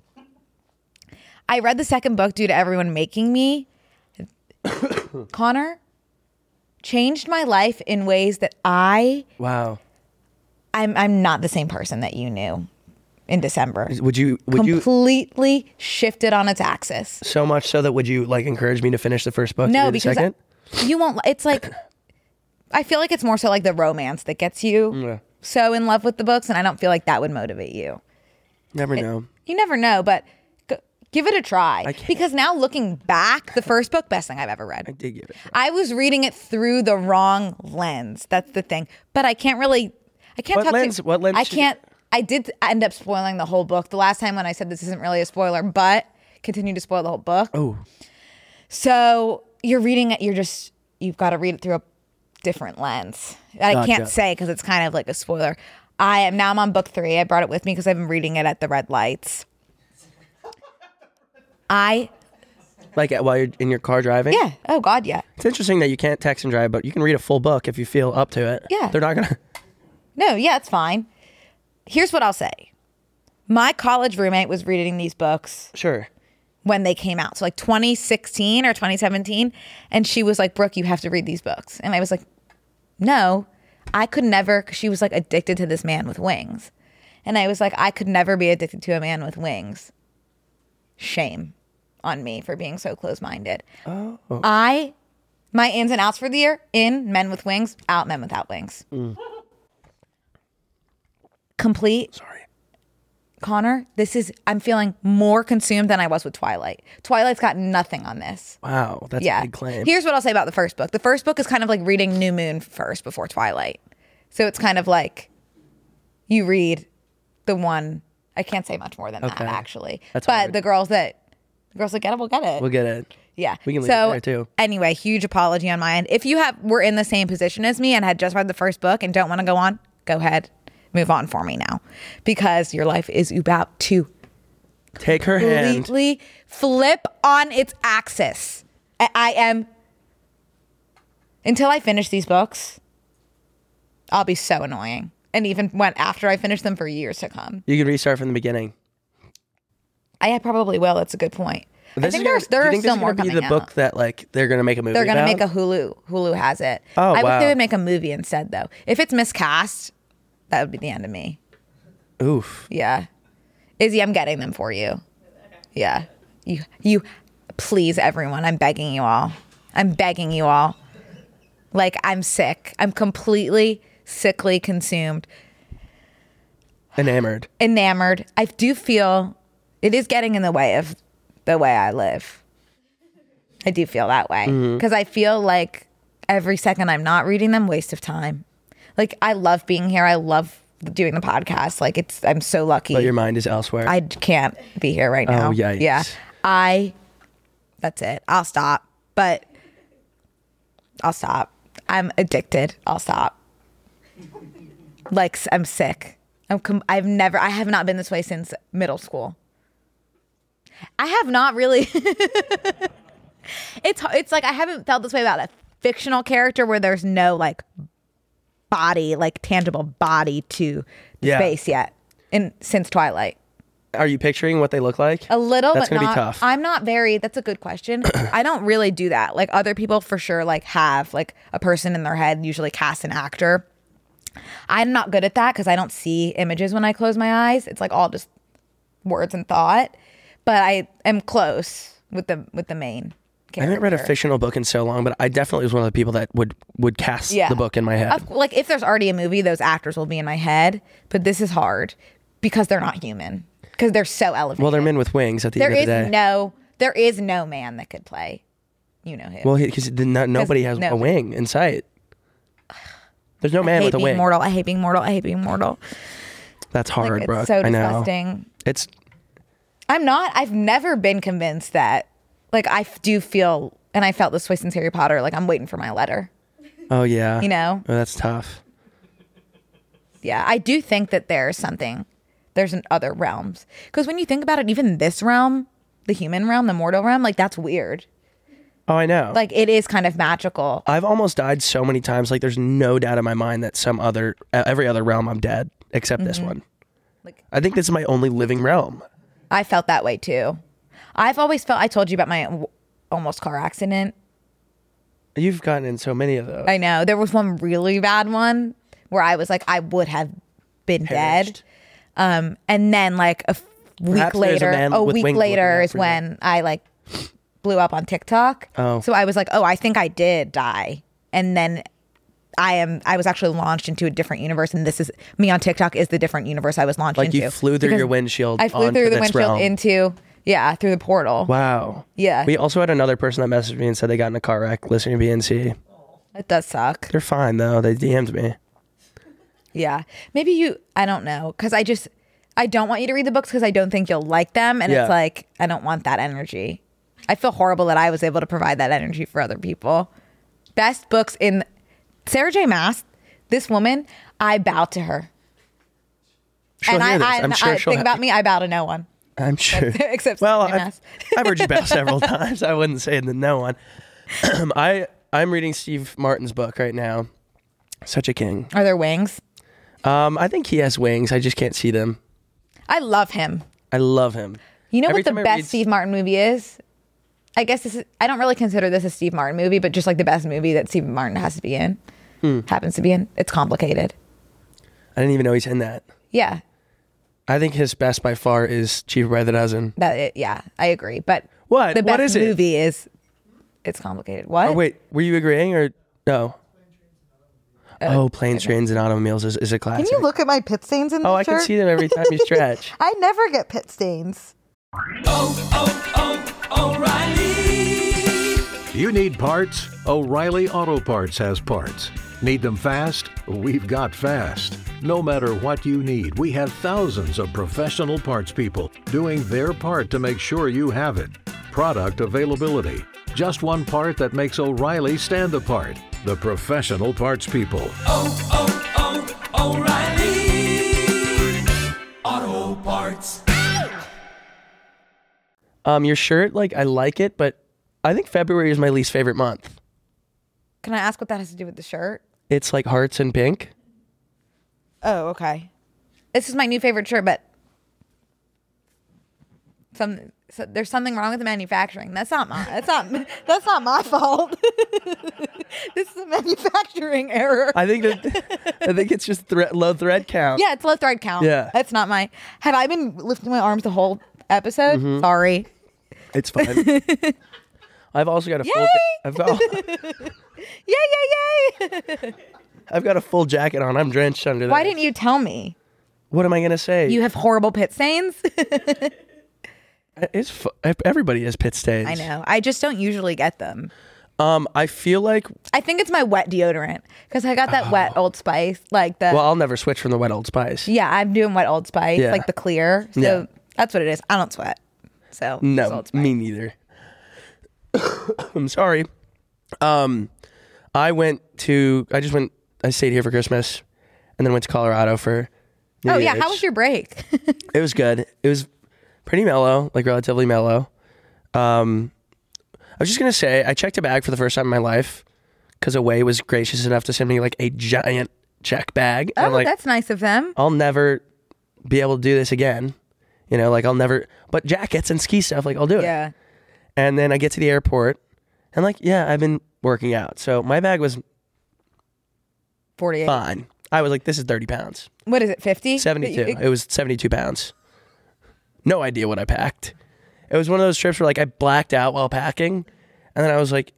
C: I read the second book due to everyone making me. Connor changed my life in ways that I
B: Wow.
C: I'm I'm not the same person that you knew in December.
B: Would you? Would you?
C: Completely shifted on its axis.
B: So much so that would you like encourage me to finish the first book?
C: No,
B: do the
C: because
B: second?
C: I- you won't. It's like I feel like it's more so like the romance that gets you
B: Yeah.
C: so in love with the books, and I don't feel like that would motivate you.
B: never know.
C: You never know, but g- give it a try
B: can't.
C: because now looking back, the first book, best thing I've ever read.
B: I did give it. a try.
C: I was reading it through the wrong lens. That's the thing. But I can't really. I can't
B: What
C: talk
B: lens-
C: to.
B: what lens
C: I
B: should-
C: can't. I did end up spoiling the whole book. The last time when I said this isn't really a spoiler, but continue to spoil the whole book.
B: Oh,
C: So you're reading it. You're just you've got to read it through a different lens. I
B: Gotcha.
C: can't say because it's kind of like a spoiler. I am now. I'm on book three. I brought it with me because I've been reading it at the red lights. I
B: Like uh, while you're in your car driving.
C: yeah. Oh God, yeah.
B: It's interesting that you can't text and drive, but you can read a full book if you feel up to it.
C: Yeah.
B: They're not gonna.
C: No, yeah, it's fine. Here's what I'll say. My college roommate was reading these books
B: Sure.
C: when they came out. So like 2016 or 2017. And she was like, Brooke, you have to read these books. And I was like, no, I could never, because she was like addicted to this man with wings. And I was like, I could never be addicted to a man with wings. Shame on me for being so close minded. I, my ins and outs for the year in men with wings, out men without wings. Complete
B: Sorry.
C: Connor, this is I'm feeling more consumed than I was with Twilight. Twilight's got nothing on this.
B: Wow, that's
C: yeah.
B: a big claim.
C: Here's what I'll say about the first book. The first book is kind of like reading New Moon first before Twilight. So it's kind of like you read the one I can't say much more than
B: Okay.
C: that actually.
B: That's
C: but
B: hard.
C: the girls that the girls that get it will get it.
B: we'll get it.
C: Yeah.
B: We can leave
C: so,
B: it there too.
C: Anyway, huge apology on my end. If you have were in the same position as me and had just read the first book and don't want to go on, go ahead. Move on for me now. Because your life is about to
B: Take her hand.
C: completely flip on its axis. I, I am until I finish these books, I'll be so annoying. And even when after I finish them for years to come.
B: You can restart from the beginning.
C: I probably will. That's a good point. I
B: This
C: think
B: is gonna-
C: there's there
B: do you
C: are
B: think
C: still
B: this
C: more
B: is gonna
C: coming
B: be the
C: out.
B: book that like they're gonna make a movie.
C: They're gonna make a
B: about?
C: Hulu. Hulu has it.
B: Oh,
C: I wish
B: wow.
C: they would make a movie instead, though. If it's miscast, that would be the end of me.
B: Oof.
C: Yeah, Izzy, I'm getting them for you. Yeah, you, you, please, everyone, I'm begging you all. I'm begging you all. Like I'm sick. I'm completely sickly consumed,
B: Enamored.
C: enamored. I do feel it is getting in the way of the way I live. I do feel that way because I feel like every second I'm not reading them, waste of time. Like I love being here. I love doing the podcast. Like it's, I'm so lucky.
B: But your mind is elsewhere.
C: I can't be here right now.
B: Oh, yikes.
C: Yeah. I, that's it. I'll stop. But I'll stop. I'm addicted. I'll stop. Like, s- I'm sick. I'm com- I've never, I have not been this way since middle school. I have not really. it's it's like I haven't felt this way about a fictional character where there's no like body, like tangible body to the
B: Yeah.
C: space yet, in since Twilight.
B: Are you picturing what they look like?
C: A little,
B: That's
C: but
B: gonna
C: not.
B: be tough.
C: I'm not very. That's a good question. I don't really do that. Like other people, for sure, like have like a person in their head. Usually, cast an actor. I'm not good at that because I don't see images when I close my eyes. It's like all just words and thought. But I am close with the with the main.
B: I
C: Character.
B: haven't read a fictional book in so long, but I definitely was one of the people that would would cast the book in my head.
C: Of- like if there's already a movie, those actors will be in my head. But this is hard because they're not human. Because they're so elevated.
B: well, they're men with wings at the
C: There
B: end of the
C: is
B: day.
C: no there is no man that could play you know who.
B: well, because no, nobody has
C: no.
B: a wing in sight. There's no
C: I
B: man
C: hate
B: with a
C: being
B: wing.
C: mortal. I hate being mortal. I hate being mortal.
B: That's hard,
C: Like,
B: bro.
C: it's so
B: I know.
C: disgusting.
B: It's
C: I'm not. I've never been convinced that. Like I f- do feel, and I felt this way since Harry Potter. Like I'm waiting for my letter.
B: oh yeah.
C: You know?
B: Oh, that's tough.
C: Yeah, I do think that there's something. There's an other realms because when you think about it, even this realm, the human realm, the mortal realm, like that's weird.
B: Oh, I know.
C: Like it is kind of magical.
B: I've almost died so many times. Like, there's no doubt in my mind that some other, uh, every other realm, I'm dead except this one.
C: Mm-hmm. Like-
B: I think this is my only living realm.
C: I felt that way too. I've always felt. I told you about my w- almost car accident.
B: You've gotten in so many of those.
C: I know. There was one really bad one where I was like, I would have been dead.
B: Perished.
C: Um, and then like a f- week
B: Perhaps there's a
C: later,
B: man
C: a
B: with
C: week
B: wings
C: later
B: looking out
C: is
B: for you.
C: when I like blew up on TikTok.
B: Oh.
C: So I was like, oh, I think I did die. And then I am. I was actually launched into a different universe, and this is me on TikTok is the different universe I was launched
B: Like,
C: into.
B: you flew through your
C: Because
B: windshield
C: I flew
B: onto
C: through the
B: this
C: windshield
B: realm.
C: into yeah through the portal.
B: Wow.
C: Yeah.
B: We also had another person that messaged me and said they got in a car wreck listening to BNC.
C: It does suck.
B: They're fine though. They DM'd me.
C: Yeah. Maybe you, I don't know. Cause I just, I don't want you to read the books because I don't think you'll like them. And
B: Yeah.
C: it's like, I don't want that energy. I feel horrible that I was able to provide that energy for other people. Best books in Sarah J. Mass, this woman, I bow to her.
B: She'll
C: and
B: hear
C: I,
B: this.
C: I,
B: I'm
C: and
B: sure
C: I
B: she'll
C: think
B: ha-
C: about me, I bow to no one.
B: I'm sure.
C: except
B: well,
C: Saturday
B: I've,
C: Mass.
B: I've heard you bash several times. I wouldn't say it to no one. I I'm reading Steve Martin's book right now. Such a king.
C: Are there wings?
B: Um, I think he has wings. I just can't see them.
C: I love him.
B: I love him.
C: You know
B: Every
C: what the
B: time I
C: best
B: read-
C: Steve Martin movie is? I guess this is, I don't really consider this a Steve Martin movie, but just like the best movie that Steve Martin has to be in,
B: Hmm.
C: happens to be in. It's complicated.
B: I didn't even know he's in that.
C: Yeah,
B: I think his best by far is Cheaper by the Dozen.
C: that it, yeah, I agree. But
B: What?
C: the
B: What is
C: best
B: it?
C: movie is it's complicated. What?
B: Oh wait, were you agreeing or no? oh, planes, trains, and automobiles is, is a classic.
E: Can you look at my pit stains in
B: oh, I
E: the shirt?
B: can see them every time you stretch.
E: I never get pit stains.
F: You need parts? O'Reilly Auto Parts has parts. Need them fast? We've got fast. No matter what you need, we have thousands of professional parts people doing their part to make sure you have it. Product availability. Just one part that makes O'Reilly stand apart. The professional parts people.
B: Um, your shirt, like I like it, but I think February is my least favorite month.
C: Can I ask what that has to do with the shirt?
B: It's like hearts and pink.
C: Oh, okay. This is my new favorite shirt, but some so there's something wrong with the manufacturing. That's not my that's not that's not my fault. this is a manufacturing error.
B: I think that I think it's just thread, low thread count.
C: yeah, it's low thread count.
B: Yeah.
C: that's not my. Have I been lifting my arms the whole episode?
B: Mm-hmm.
C: Sorry.
B: it's fine. I've also got a full.
C: Yay!
B: I've got,
C: Yay! Yay! Yay!
B: I've got a full jacket on. I'm drenched under that.
C: Why didn't you tell me?
B: What am I gonna say?
C: You have horrible pit stains.
B: it's fu- everybody has pit stains.
C: I know. I just don't usually get them.
B: Um, I feel like
C: I think it's my wet deodorant because I got that wet Old Spice, like the
B: Oh. well, I'll never switch from the wet Old Spice.
C: Yeah, I'm doing what Old Spice,
B: Yeah.
C: like the clear. So
B: Yeah.
C: that's what it is. I don't sweat. So it's
B: No,
C: Old Spice.
B: me neither. I'm sorry. Um, I went to. I just went. I stayed here for Christmas, and then went to Colorado for. New
C: Oh yeah,
B: Year's.
C: how was your break?
B: It was good. It was pretty mellow, like relatively mellow. Um, I was just gonna say I checked a bag for the first time in my life because Away was gracious enough to send me like a giant check bag.
C: oh,
B: I'm like, "Oh,
C: that's nice of them.
B: I'll never be able to do this again. You know, like I'll never. But jackets and ski stuff, like I'll do it.
C: Yeah.
B: And then I get to the airport and like, yeah, I've been working out. So my bag
C: Eh.
B: was
C: 48.
B: fine. I was like, this is 30 pounds.
C: What is it? 50?
B: 72. It was 72 pounds. No idea what I packed. It was one of those trips where like I blacked out while packing. And then I was like,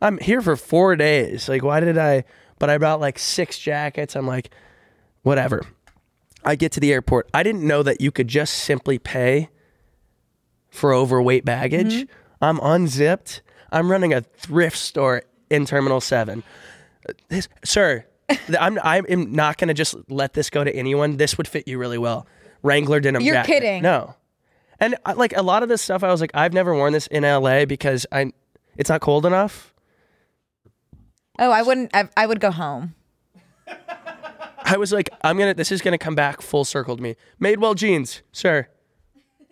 B: I'm here for four days. Like, why did I? But I brought like six jackets. I'm like, whatever. I get to the airport. I didn't know that you could just simply pay for overweight baggage.
C: Mm-hmm.
B: I'm unzipped. I'm running a thrift store in Terminal 7. This, sir, th- I'm, I am not going to just let this go to anyone. This would fit you really well. Wrangler denim
C: You're
B: jacket.
C: kidding.
B: No. And I- like a lot of this stuff, I was like, I've never worn this in LA because I, it's not cold enough.
C: oh, I wouldn't. I, I would go home.
B: I was like, I'm gonna. This is gonna come back full circle to me. Madewell jeans, sir.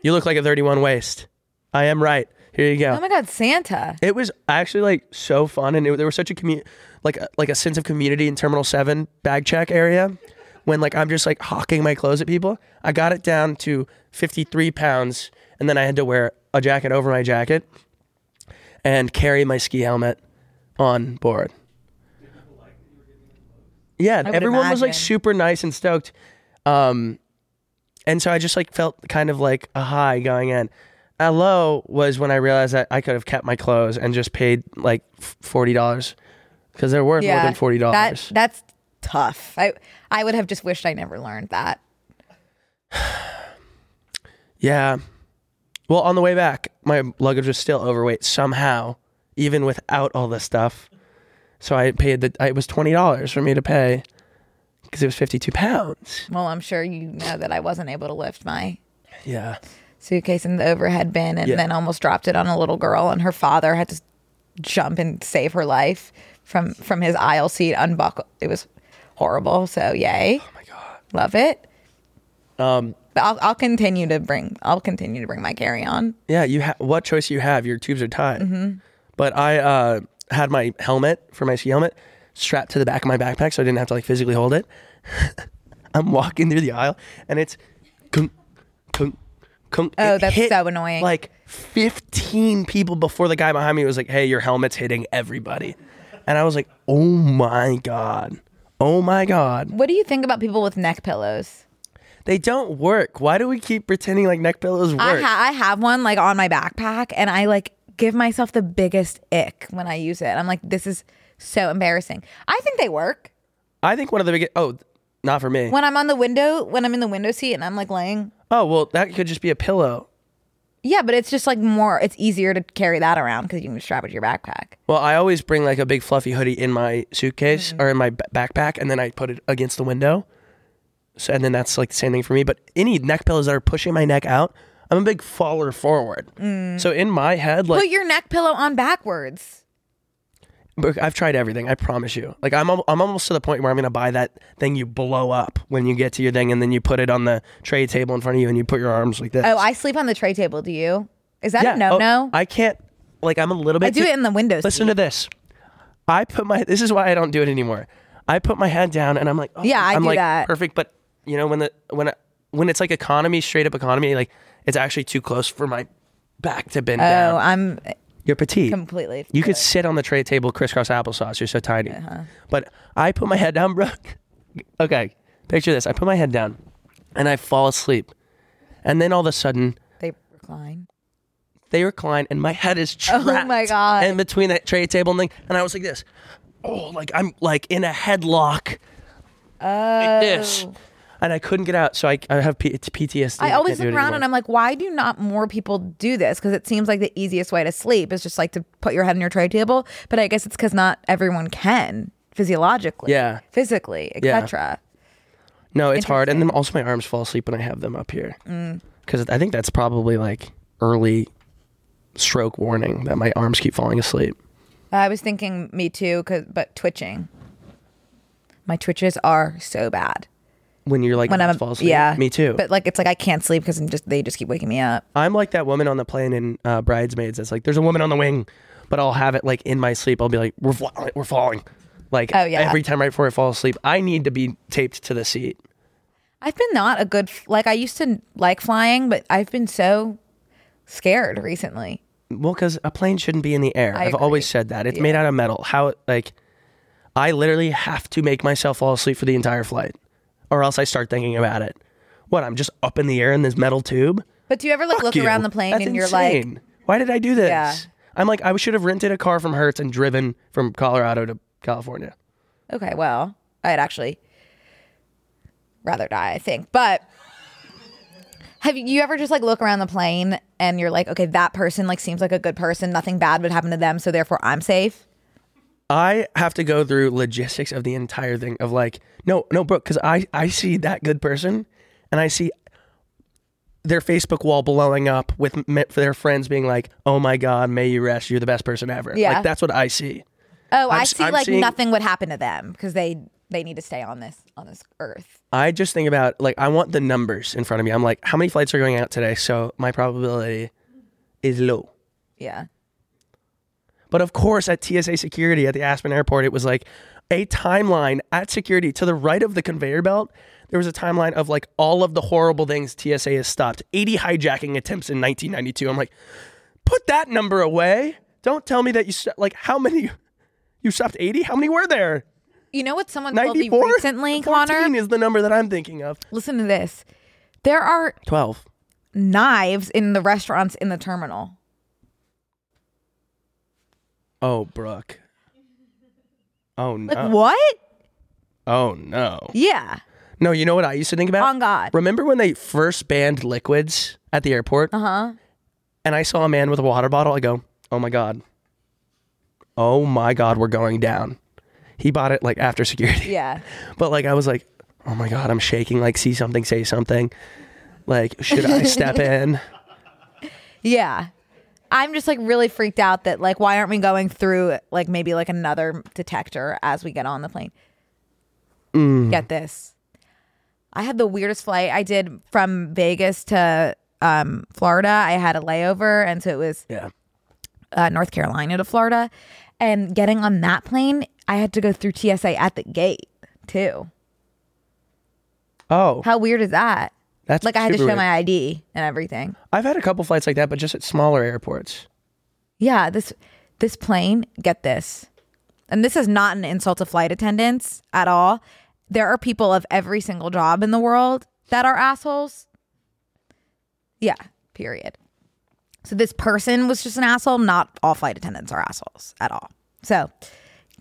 B: You look like a 31 waist. I am right. Here you go.
C: Oh my God, Santa.
B: it was actually like so fun, and it, there was such a commu- like a, like a sense of community in Terminal Seven bag check area. When like I'm just like hawking my clothes at people, I got it down to 53 pounds, and then I had to wear a jacket over my jacket and carry my ski helmet on board. Yeah,
C: would
B: everyone was like
C: imagine.
B: super nice and stoked. Um, and so I just like felt kind of like a high going in. A low was when I realized that I could have kept my clothes and just paid like f- forty dollars because they're worth more than forty
C: That,
B: dollars.
C: that's tough. I I would have just wished I never learned that.
B: Yeah. Well, on the way back, my luggage was still overweight somehow, even without all this stuff. So I paid the. It was twenty dollars for me to pay because it was fifty-two pounds.
C: Well, I'm sure you know that I wasn't able to lift my
B: Yeah.
C: suitcase in the overhead bin and
B: Yeah.
C: then almost dropped it on a little girl and her father had to jump and save her life from from his aisle seat unbuckle it was horrible so yay oh my god love it
B: Um,
C: But I'll, I'll continue to bring I'll continue to bring my carry on.
B: Yeah, you ha- what choice you have? Your tubes are tied.
C: Mm-hmm.
B: But I uh, had my helmet for my ski helmet strapped to the back of my backpack, so I didn't have to like physically hold it. I'm walking through the aisle, and it's kunk, kunk, kunk.
C: Oh,
B: It
C: that's
B: hit,
C: so annoying.
B: Like 15 people before the guy behind me was like, "Hey, your helmet's hitting everybody," and I was like, "Oh my god." Oh my God.
C: What do you think about people with neck pillows?
B: They don't work. Why do we keep pretending like neck pillows work?
C: I ha- I have one like on my backpack, and I like give myself the biggest ick when I use it. I'm like, this is so embarrassing. I think they work
B: I think one of the biggest. Oh, not for me.
C: when I'm on the window when I'm in the window seat and I'm like laying.
B: Oh, well, that could just be a pillow.
C: Yeah, but it's just like more. It's easier to carry that around because you can strap it to your backpack.
B: Well, I always bring like a big fluffy hoodie in my suitcase
C: Mm.
B: or in my b- backpack, and then I put it against the window. So, and then that's like the same thing for me. But any neck pillows that are pushing my neck out, I'm a big faller forward.
C: Mm.
B: So in my head, like
C: Put your neck pillow on backwards.
B: Brooke, I've tried everything. I promise you. Like I'm, al- I'm almost to the point where I'm gonna buy that thing you blow up when you get to your thing, and then you put it on the tray table in front of you, and you put your arms like this.
C: Oh, I sleep on the tray table. Do you? Is that a no
B: oh,
C: no? I,
B: I can't. Like I'm a little bit.
C: do
B: too-
C: it in the window.
B: Listen
C: seat.
B: to this. I put my. This is why I don't do it anymore. I put my head down and I'm like, oh,
C: Yeah, I
B: am
C: do
B: like
C: that.
B: perfect. But you know when the when I, when it's like economy, straight up economy, like it's actually too close for my back to bend down.
C: Oh, I'm
B: You're petite.
C: completely.
B: You could sit on the tray table, crisscross applesauce. You're so tiny.
C: Uh-huh.
B: But I put my head down, Brooke. okay, picture this. I put my head down, and I fall asleep, and then all of a sudden
C: They recline.
B: they recline and my head is
C: Oh
B: trapped
C: my God.
B: in between that tray table and thing and i was like this oh like i'm like in a headlock
C: Oh.
B: like this and i couldn't get out so i, I have P- it's ptsd
C: I always
B: can't
C: look
B: do it
C: around
B: anymore.
C: and I'm like, why do not more people do this? Because it seems like the easiest way to sleep is just like to put your head on your tray table. But I guess it's because not everyone can physiologically,
B: Yeah.
C: physically,
B: Yeah.
C: etc.
B: no it's hard and then also my arms fall asleep when i have them up here
C: Mm.
B: because i think that's probably like early stroke warning that my arms keep falling asleep
C: I was thinking, me too, 'cause- but twitching. My twitches are so bad
B: when you're like
C: when I'm
B: fall asleep
C: yeah,
B: me too
C: But like, it's like I can't sleep because I'm just they just keep waking me up.
B: I'm like that woman on the plane in uh, Bridesmaids. That's like, there's a woman on the wing, but I'll have it like in my sleep. I'll be like, we're flying, we're falling. Like
C: Oh, yeah.
B: every time right before I fall asleep, I need to be taped to the seat.
C: I've been not a good like I used to like flying, but I've been so scared recently.
B: Well, because a plane shouldn't be in the air.
C: I
B: I've
C: agree.
B: always said that. It's made out of metal. How like, I literally have to make myself fall asleep for the entire flight, or else I start thinking about it. What? I'm just up in the air in this metal tube.
C: But do you ever like
B: Fuck
C: look
B: you.
C: around the plane
B: That's
C: and you're like,
B: insane. why did I do this?
C: Yeah.
B: I'm like, I should have rented a car from Hertz and driven from Colorado to California.
C: okay, well, I'd actually rather die, I think. But have you ever just like look around the plane and you're like, okay, that person like seems like a good person. Nothing bad would happen to them, so therefore I'm safe.
B: I have to go through logistics of the entire thing of like, no, no, Brooke, because I, I see that good person and I see their Facebook wall blowing up with m- for their friends being like, oh my God, may you rest. You're the best person ever.
C: Yeah.
B: Like, that's what I see.
C: Oh, i
B: I'm s-
C: see
B: I'm
C: like
B: seeing-
C: nothing would happen to them because they they need to stay on this on this earth.
B: I just think about, like, I want the numbers in front of me. I'm like, how many flights are going out today? So my probability is low.
C: Yeah.
B: But of course, at TSA security at the Aspen airport, it was like a timeline at security to the right of the conveyor belt. There was a timeline of like all of the horrible things TSA has stopped 80 hijacking attempts in 1992. I'm like, put that number away. Don't tell me that you, st- like, how many, you stopped 80? How many were there?
C: You know what someone told me
B: 94?
C: recently,
B: 14
C: Connor?
B: is the number that I'm thinking of.
C: Listen to this. There are
B: 12.
C: knives in the restaurants in the terminal.
B: Oh, Brooke. Oh, no.
C: Like what?
B: Oh, no.
C: Yeah.
B: No, you know what I used to think about?
C: On God.
B: Remember when they first banned liquids at the airport?
C: Uh huh.
B: and I saw a man with a water bottle, I go, "Oh my god, oh my god, we're going down." He bought it like after security,
C: Yeah.
B: but like I was like, "Oh my god, I'm shaking." Like, see something, say something. Like, should I step in?
C: Yeah. I'm just like really freaked out that like why aren't we going through like maybe like
B: Mm.
C: another detector as we get on the plane? Get this. I had the weirdest flight. I did from Vegas to um, Florida. I had a layover, and so it was
B: Yeah.
C: uh, North Carolina to Florida. And getting on that plane, I had to go through TSA at the gate too.
B: Oh,
C: How weird is that?
B: that's
C: like I had to
B: super weird.
C: show my ID and everything.
B: I've had a couple flights like that, but just at smaller airports.
C: Yeah, this this plane, get this. And this is not an insult to flight attendants at all. There are people of every single job in the world that are assholes. Yeah, period. So this person was just an asshole. Not all flight attendants are assholes at all. So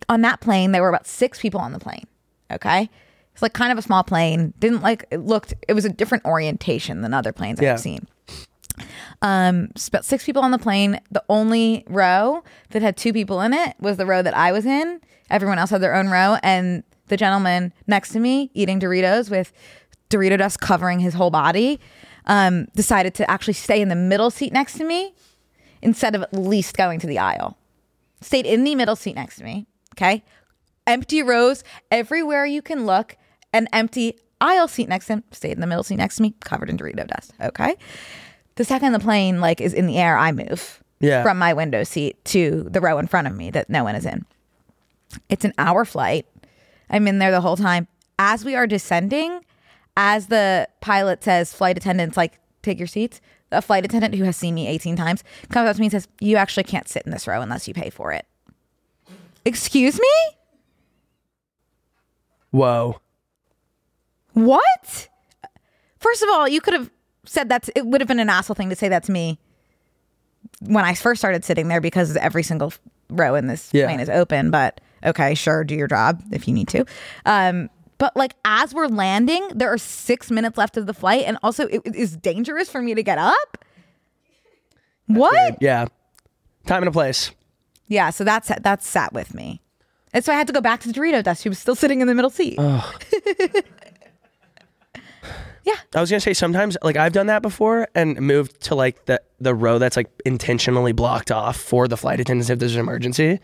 C: on that plane, there were about six people on the plane. Okay. It's like kind of a small plane. Didn't like it looked it was a different orientation than other planes
B: Yeah.
C: I've seen. Um, s- about six people on the plane. The only row that had two people in it was the row that I was in. Everyone else had their own row, and the gentleman next to me, eating Doritos with Dorito dust covering his whole body, um, decided to actually stay in the middle seat next to me instead of at least going to the aisle. Stayed in the middle seat next to me. Okay, empty rows everywhere you can look, an empty aisle seat next to him. Stayed in the middle seat next to me, covered in Dorito dust. Okay the second the plane like is in the air, I move
B: Yeah.
C: from my window seat to the row in front of me that no one is in. It's an hour flight. I'm in there the whole time. As we are descending, as the pilot says, flight attendants like take your seats. A flight attendant who has seen me 18 times comes up to me and says, "You actually can't sit in this row unless you pay for it." Excuse me?
B: Whoa.
C: What? First of all, you could have said that's it would have been an asshole thing to say that's me when I first started sitting there because every single row in this
B: Yeah.
C: plane is open, but okay, sure, do your job if you need to. Um but like as we're landing, there are 6 minutes left of the flight and also it it is dangerous for me to get up. What?
B: Yeah. Time and a place.
C: Yeah, so that's that's sat with me. And so I had to go back to Dorito Dust. She was still sitting in the middle seat.
B: I was gonna say sometimes like I've done that before and moved to like the the row that's like intentionally blocked off for the flight attendants if there's an emergency,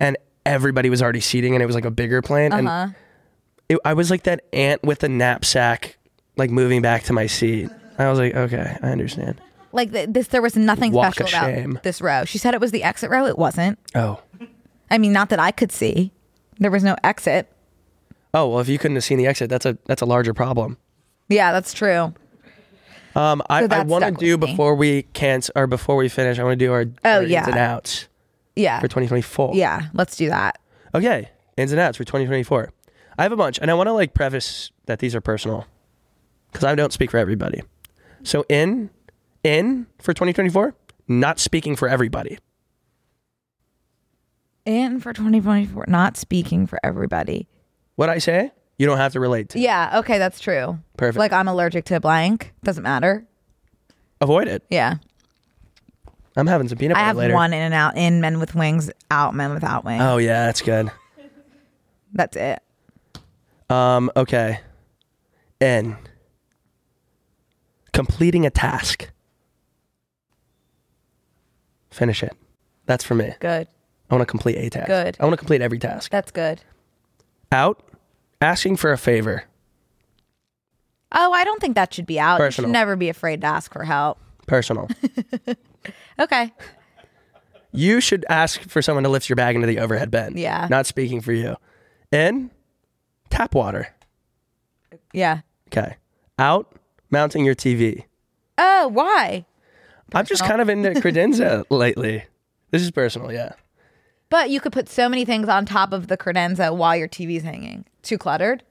B: and everybody was already seating and it was like a bigger plane
C: Uh-huh.
B: and it, I was like that ant with a knapsack like moving back to my seat. I was like, okay, I understand.
C: like th- this there was nothing
B: Walk
C: special
B: of
C: about
B: shame.
C: this row she said it was the exit row it wasn't
B: Oh,
C: i mean not that i could see there was no exit
B: oh well, if you couldn't have seen the exit, that's a that's a larger problem.
C: yeah that's true
B: Um, I,
C: So
B: I
C: that
B: want to
C: stuck
B: do
C: with me.
B: before we can't or before we finish. I want to do our,
C: Oh,
B: our
C: yeah.
B: ins and outs
C: yeah
B: for 2024.
C: yeah let's do that
B: Okay, ins and outs for 2024. I have a bunch, and I want to like preface that these are personal because I don't speak for everybody. So in in for 2024, not speaking for everybody.
C: and for 2024 not speaking for everybody
B: What I say, you don't have to relate to.
C: yeah okay that's true
B: Perfect.
C: like i'm allergic to blank doesn't matter
B: Avoid it.
C: yeah
B: I'm having some peanut
C: i
B: butter
C: have
B: later.
C: one in and out in men with wings out men without wings
B: Oh yeah, that's good.
C: that's it
B: Um, okay. In completing a task. Finish it. That's for me.
C: good
B: I want to complete a task.
C: Good.
B: I want to complete every task.
C: that's good
B: out asking for a favor
C: oh i don't think that should be out you
B: Personal.
C: should never be afraid to ask for help
B: personal
C: okay
B: you should ask for someone to lift your bag into the overhead bin
C: Yeah.
B: not speaking for you in tap water
C: yeah
B: okay out mounting your tv
C: oh why
B: i'm just kind of into credenza lately this is personal yeah
C: But you could put so many things on top of the credenza while your TV's hanging. Too cluttered?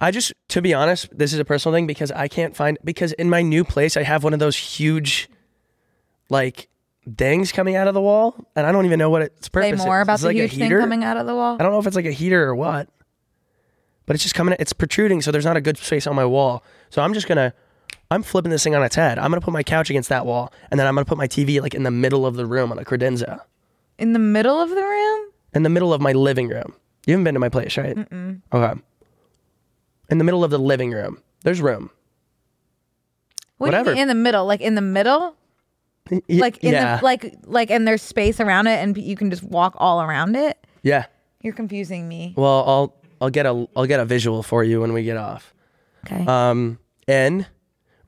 B: i just to be honest this is a personal thing because i can't find because in my new place i have one of those huge like things coming out of the wall and i don't even know what its
C: Say
B: purpose is
C: more about
B: It's
C: the
B: like a
C: huge thing
B: heater.
C: coming out of the wall.
B: I don't know if it's like a heater or what, but it's just coming. It's protruding, so there's not a good space on my wall. So I'm just gonna, I'm flipping this thing on its head. I'm gonna put my couch against that wall, and then I'm gonna put my TV like in the middle of the room on a credenza,
C: In the middle of the room?
B: in the middle of my living room. You haven't been to my place, right? Mm-mm. Okay. In the middle of the living room, there's room.
C: What do you
B: Whatever.
C: mean in the middle? Like in the middle?
B: Y-
C: Like in
B: yeah,
C: the like like and there's space around it and you can just walk all around it?
B: yeah.
C: You're confusing me.
B: Well, I'll I'll get a I'll get a visual for you when we get off.
C: Okay.
B: Um, and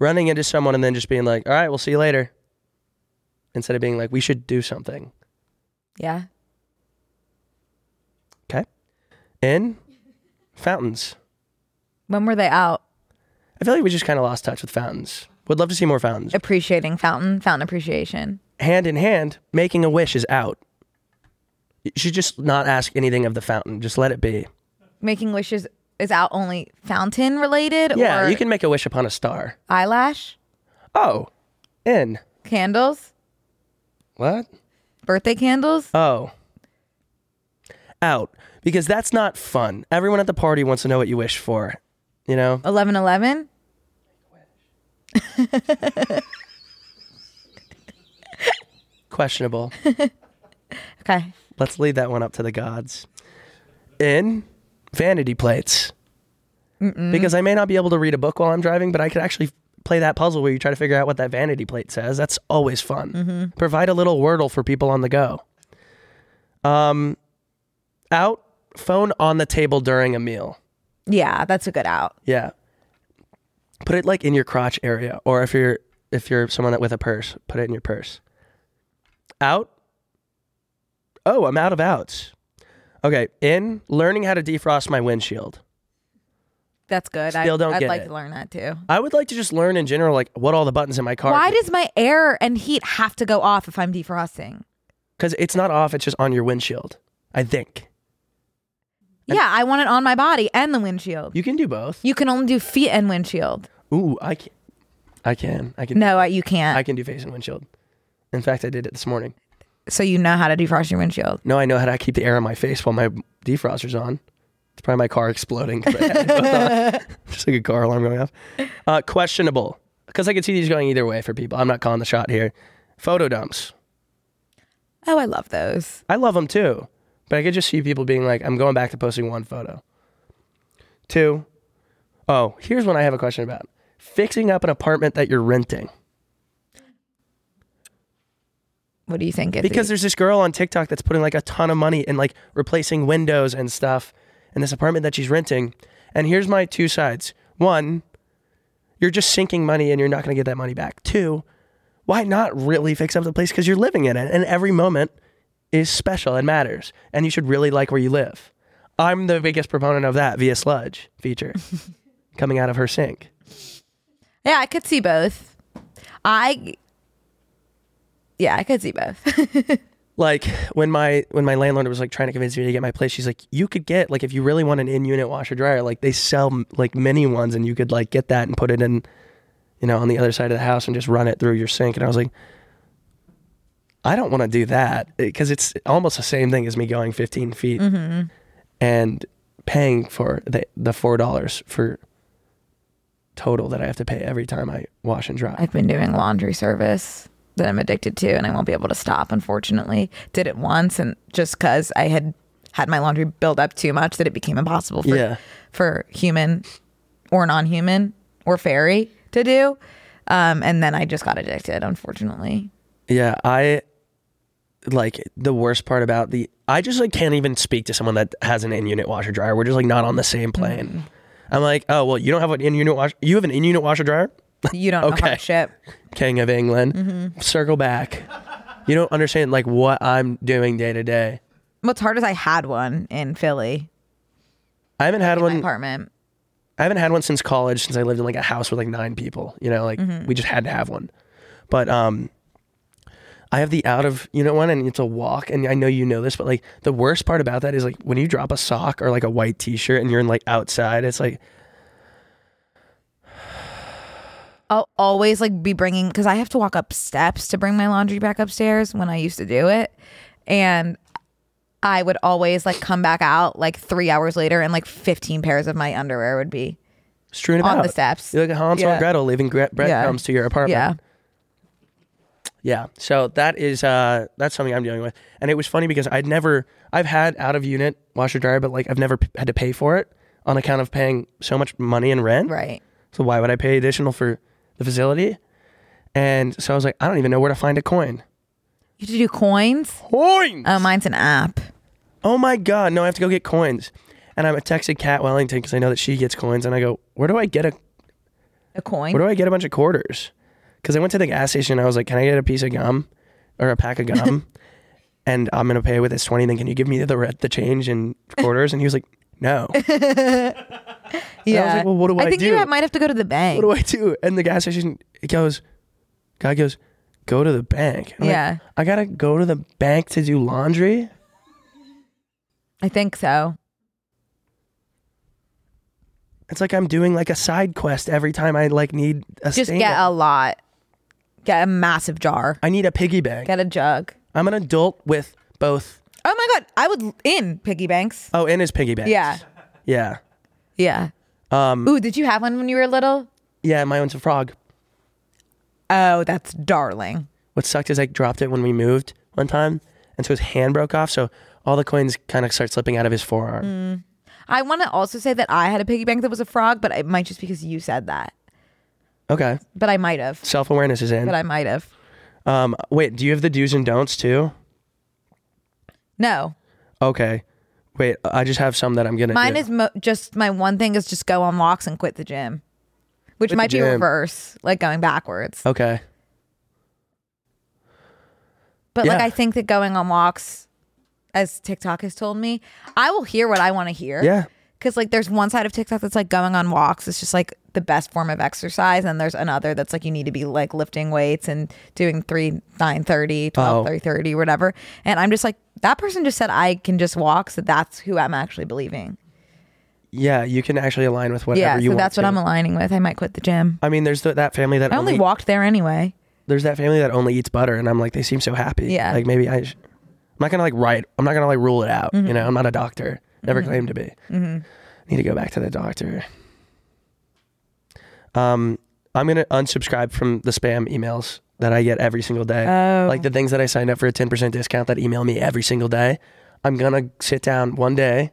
B: running into someone and then just being like, all right, we'll see you later. Instead of being like, we should do something.
C: yeah.
B: Okay. And fountains.
C: When were they out?
B: I feel like we just kind of lost touch with fountains. Would love to see more fountains.
C: Appreciating fountain, fountain appreciation.
B: Hand in hand, making a wish is out. You should just not ask anything of the fountain. Just let it be.
C: Making wishes is out only fountain related
B: Yeah,
C: or
B: you can make a wish upon a star.
C: eyelash,
B: Oh, in.
C: candles,
B: What?
C: birthday candles.
B: Oh. Out. Because that's not fun. Everyone at the party wants to know what you wish for. You know?
C: Eleven eleven.
B: Questionable.
C: Okay.
B: Let's leave that one up to the gods. In vanity plates. Because I may not be able to read a book while I'm driving, but I could actually play that puzzle where you try to figure out what that vanity plate says. That's always fun. Provide a little wordle for people on the go. Um, out, phone on the table during a meal.
C: Yeah, that's a good out.
B: Yeah. Put it like in your crotch area, or if you're if you're someone that with a purse, put it in your purse. Out. Oh, I'm out of outs. Okay, in learning how to defrost my windshield.
C: That's good.
B: Still
C: I,
B: don't
C: I'd
B: get
C: like
B: it.
C: to learn that too.
B: I would like to just learn in general, like what all the buttons in my car.
C: Why does my air and heat have to go off if I'm defrosting?
B: Because it's not off; it's just on your windshield. I think
C: Yeah, I want it on my body and the windshield.
B: you can do both.
C: You can only do feet and windshield.
B: Ooh, I can. I can. I can.
C: No, I- you can't.
B: I can do face and windshield. In fact, I did it this morning.
C: so you know how to defrost your windshield.
B: No, I know how to keep the air on my face while my defroster's on. It's probably my car exploding. 'cause I had it both on. Just like a car alarm going off. Uh, questionable. Because I could see these going either way for people. I'm not calling the shot here. Photo dumps.
C: Oh, I love those.
B: I love them too. But I could just see people being like, I'm going back to posting one photo. Two. Oh, here's one I have a question about fixing up an apartment that you're renting.
C: What do you think? Izzy?
B: because there's this girl on TikTok that's putting like a ton of money in like replacing windows and stuff in this apartment that she's renting. And here's my two sides. One, you're just sinking money and you're not going to get that money back. Two, why not really fix up the place because you're living in it and every moment is special and matters and you should really like where you live. I'm the biggest proponent of that via sludge feature coming out of her sink.
C: yeah, I could see both. I yeah, I could see both.
B: like when my when my landlord was like trying to convince me to get my place she's like you could get like if you really want an in-unit washer dryer like they sell like mini ones and you could like get that and put it in you know on the other side of the house and just run it through your sink and i was like i don't want to do that because it's almost the same thing as me going 15 feet and paying for the, the four dollars for total that i have to pay every time i wash and dry
C: I've been doing laundry service that I'm addicted to, and I won't be able to stop. Unfortunately, did it once, and just because I had had my laundry build up too much, that it became impossible for
B: Yeah.
C: for human or non-human or fairy to do. Um, and then I just got addicted, unfortunately.
B: Yeah, I like the worst part about the I just like can't even speak to someone that has an in-unit washer dryer. We're just like not on the same plane. I'm like, "Oh, well, you don't have an in-unit washer. You have an in-unit washer dryer?"
C: You don't know
B: Okay.
C: hardship.
B: King of England. Circle back. You don't understand like what I'm doing day to day.
C: What's hard is I had one in Philly,
B: I haven't had
C: my
B: one
C: apartment.
B: I haven't had one since college, since I lived in like a house with like nine people. You know, like
C: Mm-hmm.
B: we just had to have one. But um, I have the out of unit one, and it's a walk. And I know you know this, but like the worst part about that is like when you drop a sock or like a white t shirt, and you're in like outside. It's like
C: I'll always like be bringing because I have to walk up steps to bring my laundry back upstairs when I used to do it, and I would always like come back out like three hours later and like fifteen pairs of my underwear would be
B: strewn
C: On
B: about
C: the steps.
B: You're like a Hansel
C: Yeah.
B: and Gretel leaving gra- breadcrumbs to your apartment.
C: yeah.
B: Yeah. So that is uh that's something I'm dealing with. And it was funny because I'd never I've had out of unit washer dryer, but like I've never p- had to pay for it on account of paying so much money in rent.
C: Right.
B: So why would I pay additional for the facility? And so I was like, I don't even know where to find a coin. Uh,
C: You have to do coins.
B: Coins.
C: Oh, mine's an app.
B: oh my god! No, I have to go get coins. And I texted Kat Wellington because I know that she gets coins, and I go, "Where do I get a
C: A coin.
B: where do I get a bunch of quarters?" Because I went to the gas station, and I was like, "Can I get a piece of gum or a pack of gum?" and I'm gonna pay with this twenty. Then can you give me the re- the change in quarters? And he was like, "No."
C: yeah.
B: like, well, what do I
C: think
B: do?
C: you might have to go to the bank.
B: what do I do? And the gas station it goes, guy goes, go to the bank. I'm like,
C: Yeah.
B: I gotta go to the bank to do laundry.
C: I think so.
B: It's like I'm doing like a side quest every time I like need a
C: Just
B: stain.
C: get a lot. Get a massive jar.
B: I need a piggy bank.
C: Get a jug.
B: I'm an adult with both.
C: Oh my god, I would in piggy banks.
B: Oh, and his piggy bank.
C: Yeah.
B: Yeah.
C: Yeah. Um Ooh, did you have one when you were little?
B: Yeah. My one's a frog.
C: Oh, that's darling.
B: What sucked is I dropped it when we moved one time, and so his hand broke off. So all the coins kind of start slipping out of his forearm.
C: Mm. I want to also say that I had a piggy bank that was a frog, but it might just because you said that.
B: Okay.
C: But I might have.
B: Self awareness is in.
C: But I might have.
B: um, wait. Do you have the do's and don'ts too?
C: No.
B: Okay. Wait, I just have some that I'm gonna.
C: Mine
B: do.
C: is mo- just my one thing is just go on walks and quit the gym,
B: Quit
C: which
B: the
C: might be
B: gym.
C: reverse, like going backwards.
B: okay.
C: But like
B: yeah.
C: I think that going on walks, as TikTok has told me, I will hear what I want to hear.
B: Yeah.
C: Cause like there's one side of TikTok that's like going on walks is just like the best form of exercise. And there's another that's like you need to be like lifting weights and doing three, nine thirty, twelve,
B: Oh.
C: three thirty, whatever. And I'm just like, that person just said I can just walk. So that's who I'm actually believing.
B: Yeah, you can actually align with whatever
C: yeah.
B: you
C: So
B: want.
C: that's what
B: to.
C: I'm aligning with. I might quit the gym.
B: I mean, there's th that family that
C: I only walked there anyway.
B: there's that family that only eats butter, and I'm like, they seem so happy.
C: Yeah.
B: Like maybe I, sh- I'm not gonna like write. I'm not gonna like rule it out. You know, I'm not a doctor. Never claimed to be. Mm-hmm. Need to go back to the doctor. Um, I'm gonna unsubscribe from the spam emails that I get every single day.
C: Oh.
B: Like the things that I signed up for a 10% discount that email me every single day. I'm gonna sit down one day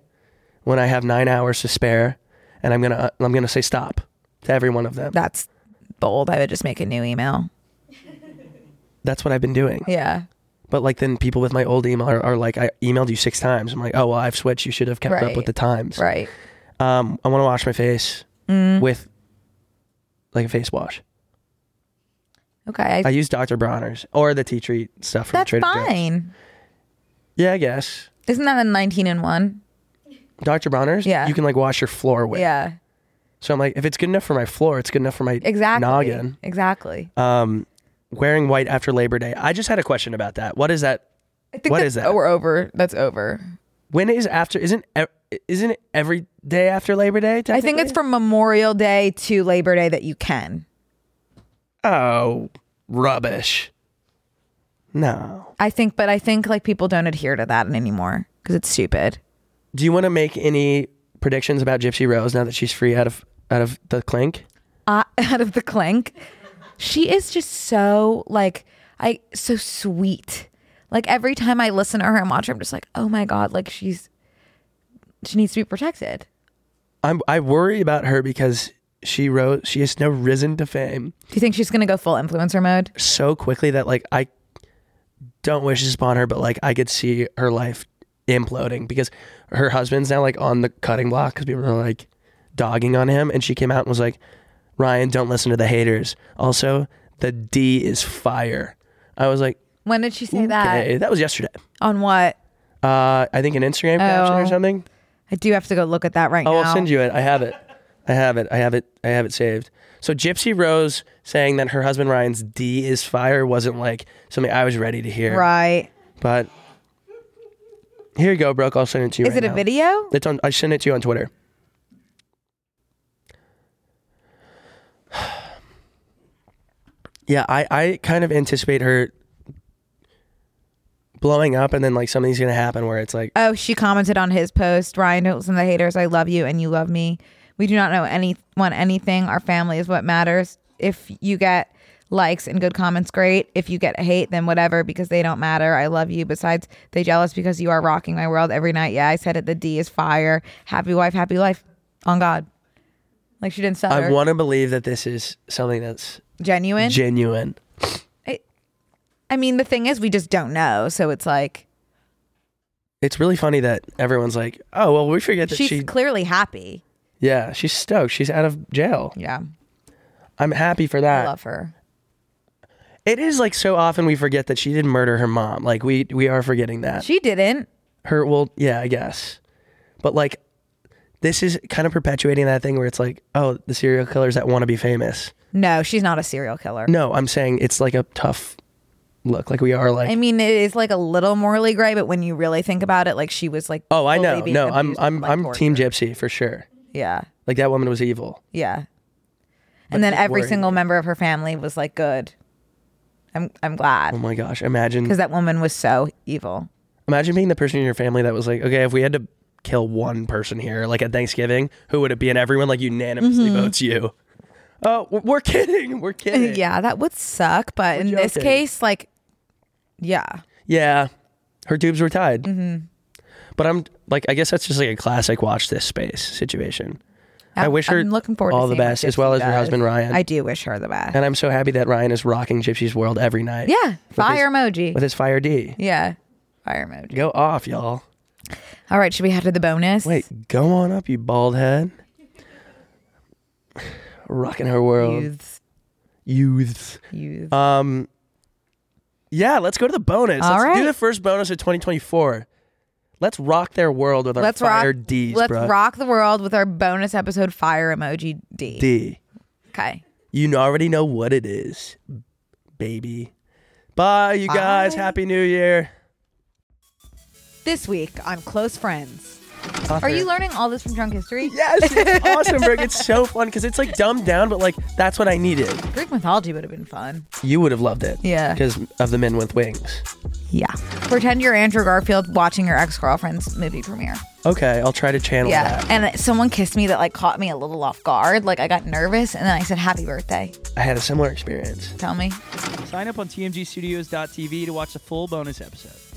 B: when I have nine hours to spare, and I'm gonna uh, I'm gonna say stop to every one of them.
C: That's bold. I would just make a new email.
B: That's what I've been doing.
C: Yeah.
B: But like then people with my old email are, are like, I emailed you six times. I'm like, oh well, I've switched. You should have kept up
C: Right.
B: with the times.
C: Right. Mm.
B: Um, I want to wash my face with like a face wash.
C: Okay. I,
B: I use Dr. Bronner's or the tea tree stuff from
C: that's
B: Trader Joe's.
C: fine.
B: Yeah, I guess
C: Isn't that a 19 and one?
B: Dr. Bronner's.
C: Yeah.
B: you can like wash your floor with.
C: Yeah.
B: So I'm like, if it's good enough for my floor, it's good enough for my
C: Exactly.
B: noggin.
C: Exactly.
B: Um, wearing white after Labor Day. I just had a question about that. What is that?
C: I think
B: what
C: that's,
B: is that?
C: Oh, we're over. That's over.
B: When is after? Isn't e- isn't it every day after Labor Day?
C: I think it's
B: technically?
C: from Memorial Day to Labor Day that you can.
B: Oh, rubbish. No.
C: I think, but I think like people don't adhere to that anymore because it's stupid.
B: Do you want to make any predictions about Gypsy Rose now that she's free out of out of the clink?
C: Uh, out of the clink, she is just so like I so sweet. Like every time I listen to her and watch her, I'm just like, oh my god, like she's she needs to be protected.
B: I'm I worry about her because she rose she has now risen to fame
C: Do you think she's gonna go full influencer mode?
B: so quickly that like I don't wish this upon her, but like I could see her life imploding because her husband's now like on the cutting block because people are like dogging on him, and she came out and was like, "Ryan, don't listen to the haters." Also, the D is fire. I was like,
C: When did she say
B: Okay,
C: that?
B: that was yesterday.
C: On what?
B: Uh, I think an Instagram caption or
C: Oh.
B: something.
C: I do have to go look at that right
B: Oh,
C: now.
B: I'll send you it. I have it. I have it. I have it. I have it saved. So Gypsy Rose saying that her husband Ryan's D is fire wasn't like something I was ready to hear.
C: Right.
B: But here you go, Brooke. I'll send it to you.
C: Is
B: right
C: it a
B: now.
C: video?
B: It's on. I sent it to you on Twitter. yeah, I, I kind of anticipate her blowing up, and then like something's gonna happen where it's like,
C: Oh, she commented on his post. Ryan don't listen to the haters. I love you and you love me. We do not know anyone anything. Our family is what matters. If you get likes and good comments, great. If you get hate, then whatever, because they don't matter. I love you. Besides, they jealous because you are rocking my world every night. Yeah, I said it. The D is fire. Happy wife, happy life. On God. Like she didn't sell
B: I
C: her.
B: want to believe that this is something that's
C: Genuine.
B: genuine.
C: I mean, the thing is, we just don't know. So it's like,
B: it's really funny that everyone's like, oh, well, we forget that
C: She's
B: she.
C: clearly happy.
B: yeah, she's stoked. She's out of jail.
C: Yeah.
B: I'm happy for
C: I
B: that.
C: love her.
B: It is like so often we forget that she didn't murder her mom. Like we we are forgetting that.
C: She didn't.
B: her well, yeah, I guess. But like this is kind of perpetuating that thing where it's like, oh, the serial killers that want to be famous.
C: No, she's not a serial killer.
B: No, I'm saying it's like a tough look. Like we are like
C: I mean, it is like a little morally gray, but when you really think about it, like she was like.
B: Oh, I
C: fully
B: know.
C: being
B: No, I'm
C: abused
B: I'm
C: by
B: I'm team
C: torture.
B: gypsy for sure.
C: Yeah.
B: Like that woman was evil.
C: Yeah. And then every
B: worrying.
C: single member of her family was like good. I'm I'm
B: Oh
C: glad
B: my gosh. Imagine
C: because that woman was so evil.
B: imagine being the person in your family that was like, okay, if we had to kill one person here, like at Thanksgiving, who would it be? And everyone like unanimously votes you. Oh, w- we're kidding. We're kidding.
C: Mm-hmm. Yeah, that would suck, but in this
B: joking.
C: case like yeah.
B: Yeah, her tubes were tied. Mm-hmm. But I'm like, I guess that's just like a classic watch this space situation. i
C: I'm-
B: wish her
C: I'm looking forward to
B: all the
C: seeing what
B: best, as
C: Gypsy
B: well as her
C: does.
B: husband Ryan.
C: I do wish her the best.
B: and I'm so happy that Ryan is rocking Gypsy's world every night.
C: yeah, fire emoji.
B: with his fire D.
C: yeah. Fire emoji.
B: Go off, y'all.
C: All right, should we head to the bonus?
B: Wait, go on up, you bald head. Rocking her world,
C: Youths.
B: youths.
C: Youths.
B: Um, yeah, let's go to the bonus.
C: All
B: let's do
C: right.
B: the first bonus of 2024. Let's rock their world with our
C: let's rock
B: fire Ds,
C: Let's
B: bruh.
C: rock the world with our bonus episode fire emoji D.
B: D.
C: Okay.
B: You already know what it is, baby. Bye, you guys.
C: Bye.
B: Happy New Year.
C: This week on Close Friends.
B: Tucker.
C: Are you learning all this from drunk history?
B: Yes, it's awesome, Rick. It's so fun because it's like dumbed down, but like that's what I needed.
C: Greek mythology would have been fun.
B: You would have loved it.
C: Yeah.
B: Because of the men with wings.
C: Yeah. Pretend you're Andrew Garfield watching your ex girlfriend's movie premiere.
B: Okay, I'll try to channel
C: Yeah.
B: that.
C: And someone kissed me that like caught me a little off guard. Like I got nervous and then I said, Happy birthday.
B: I had a similar experience.
C: Tell me.
G: Sign up on tmgstudios.tv to watch the full bonus episode.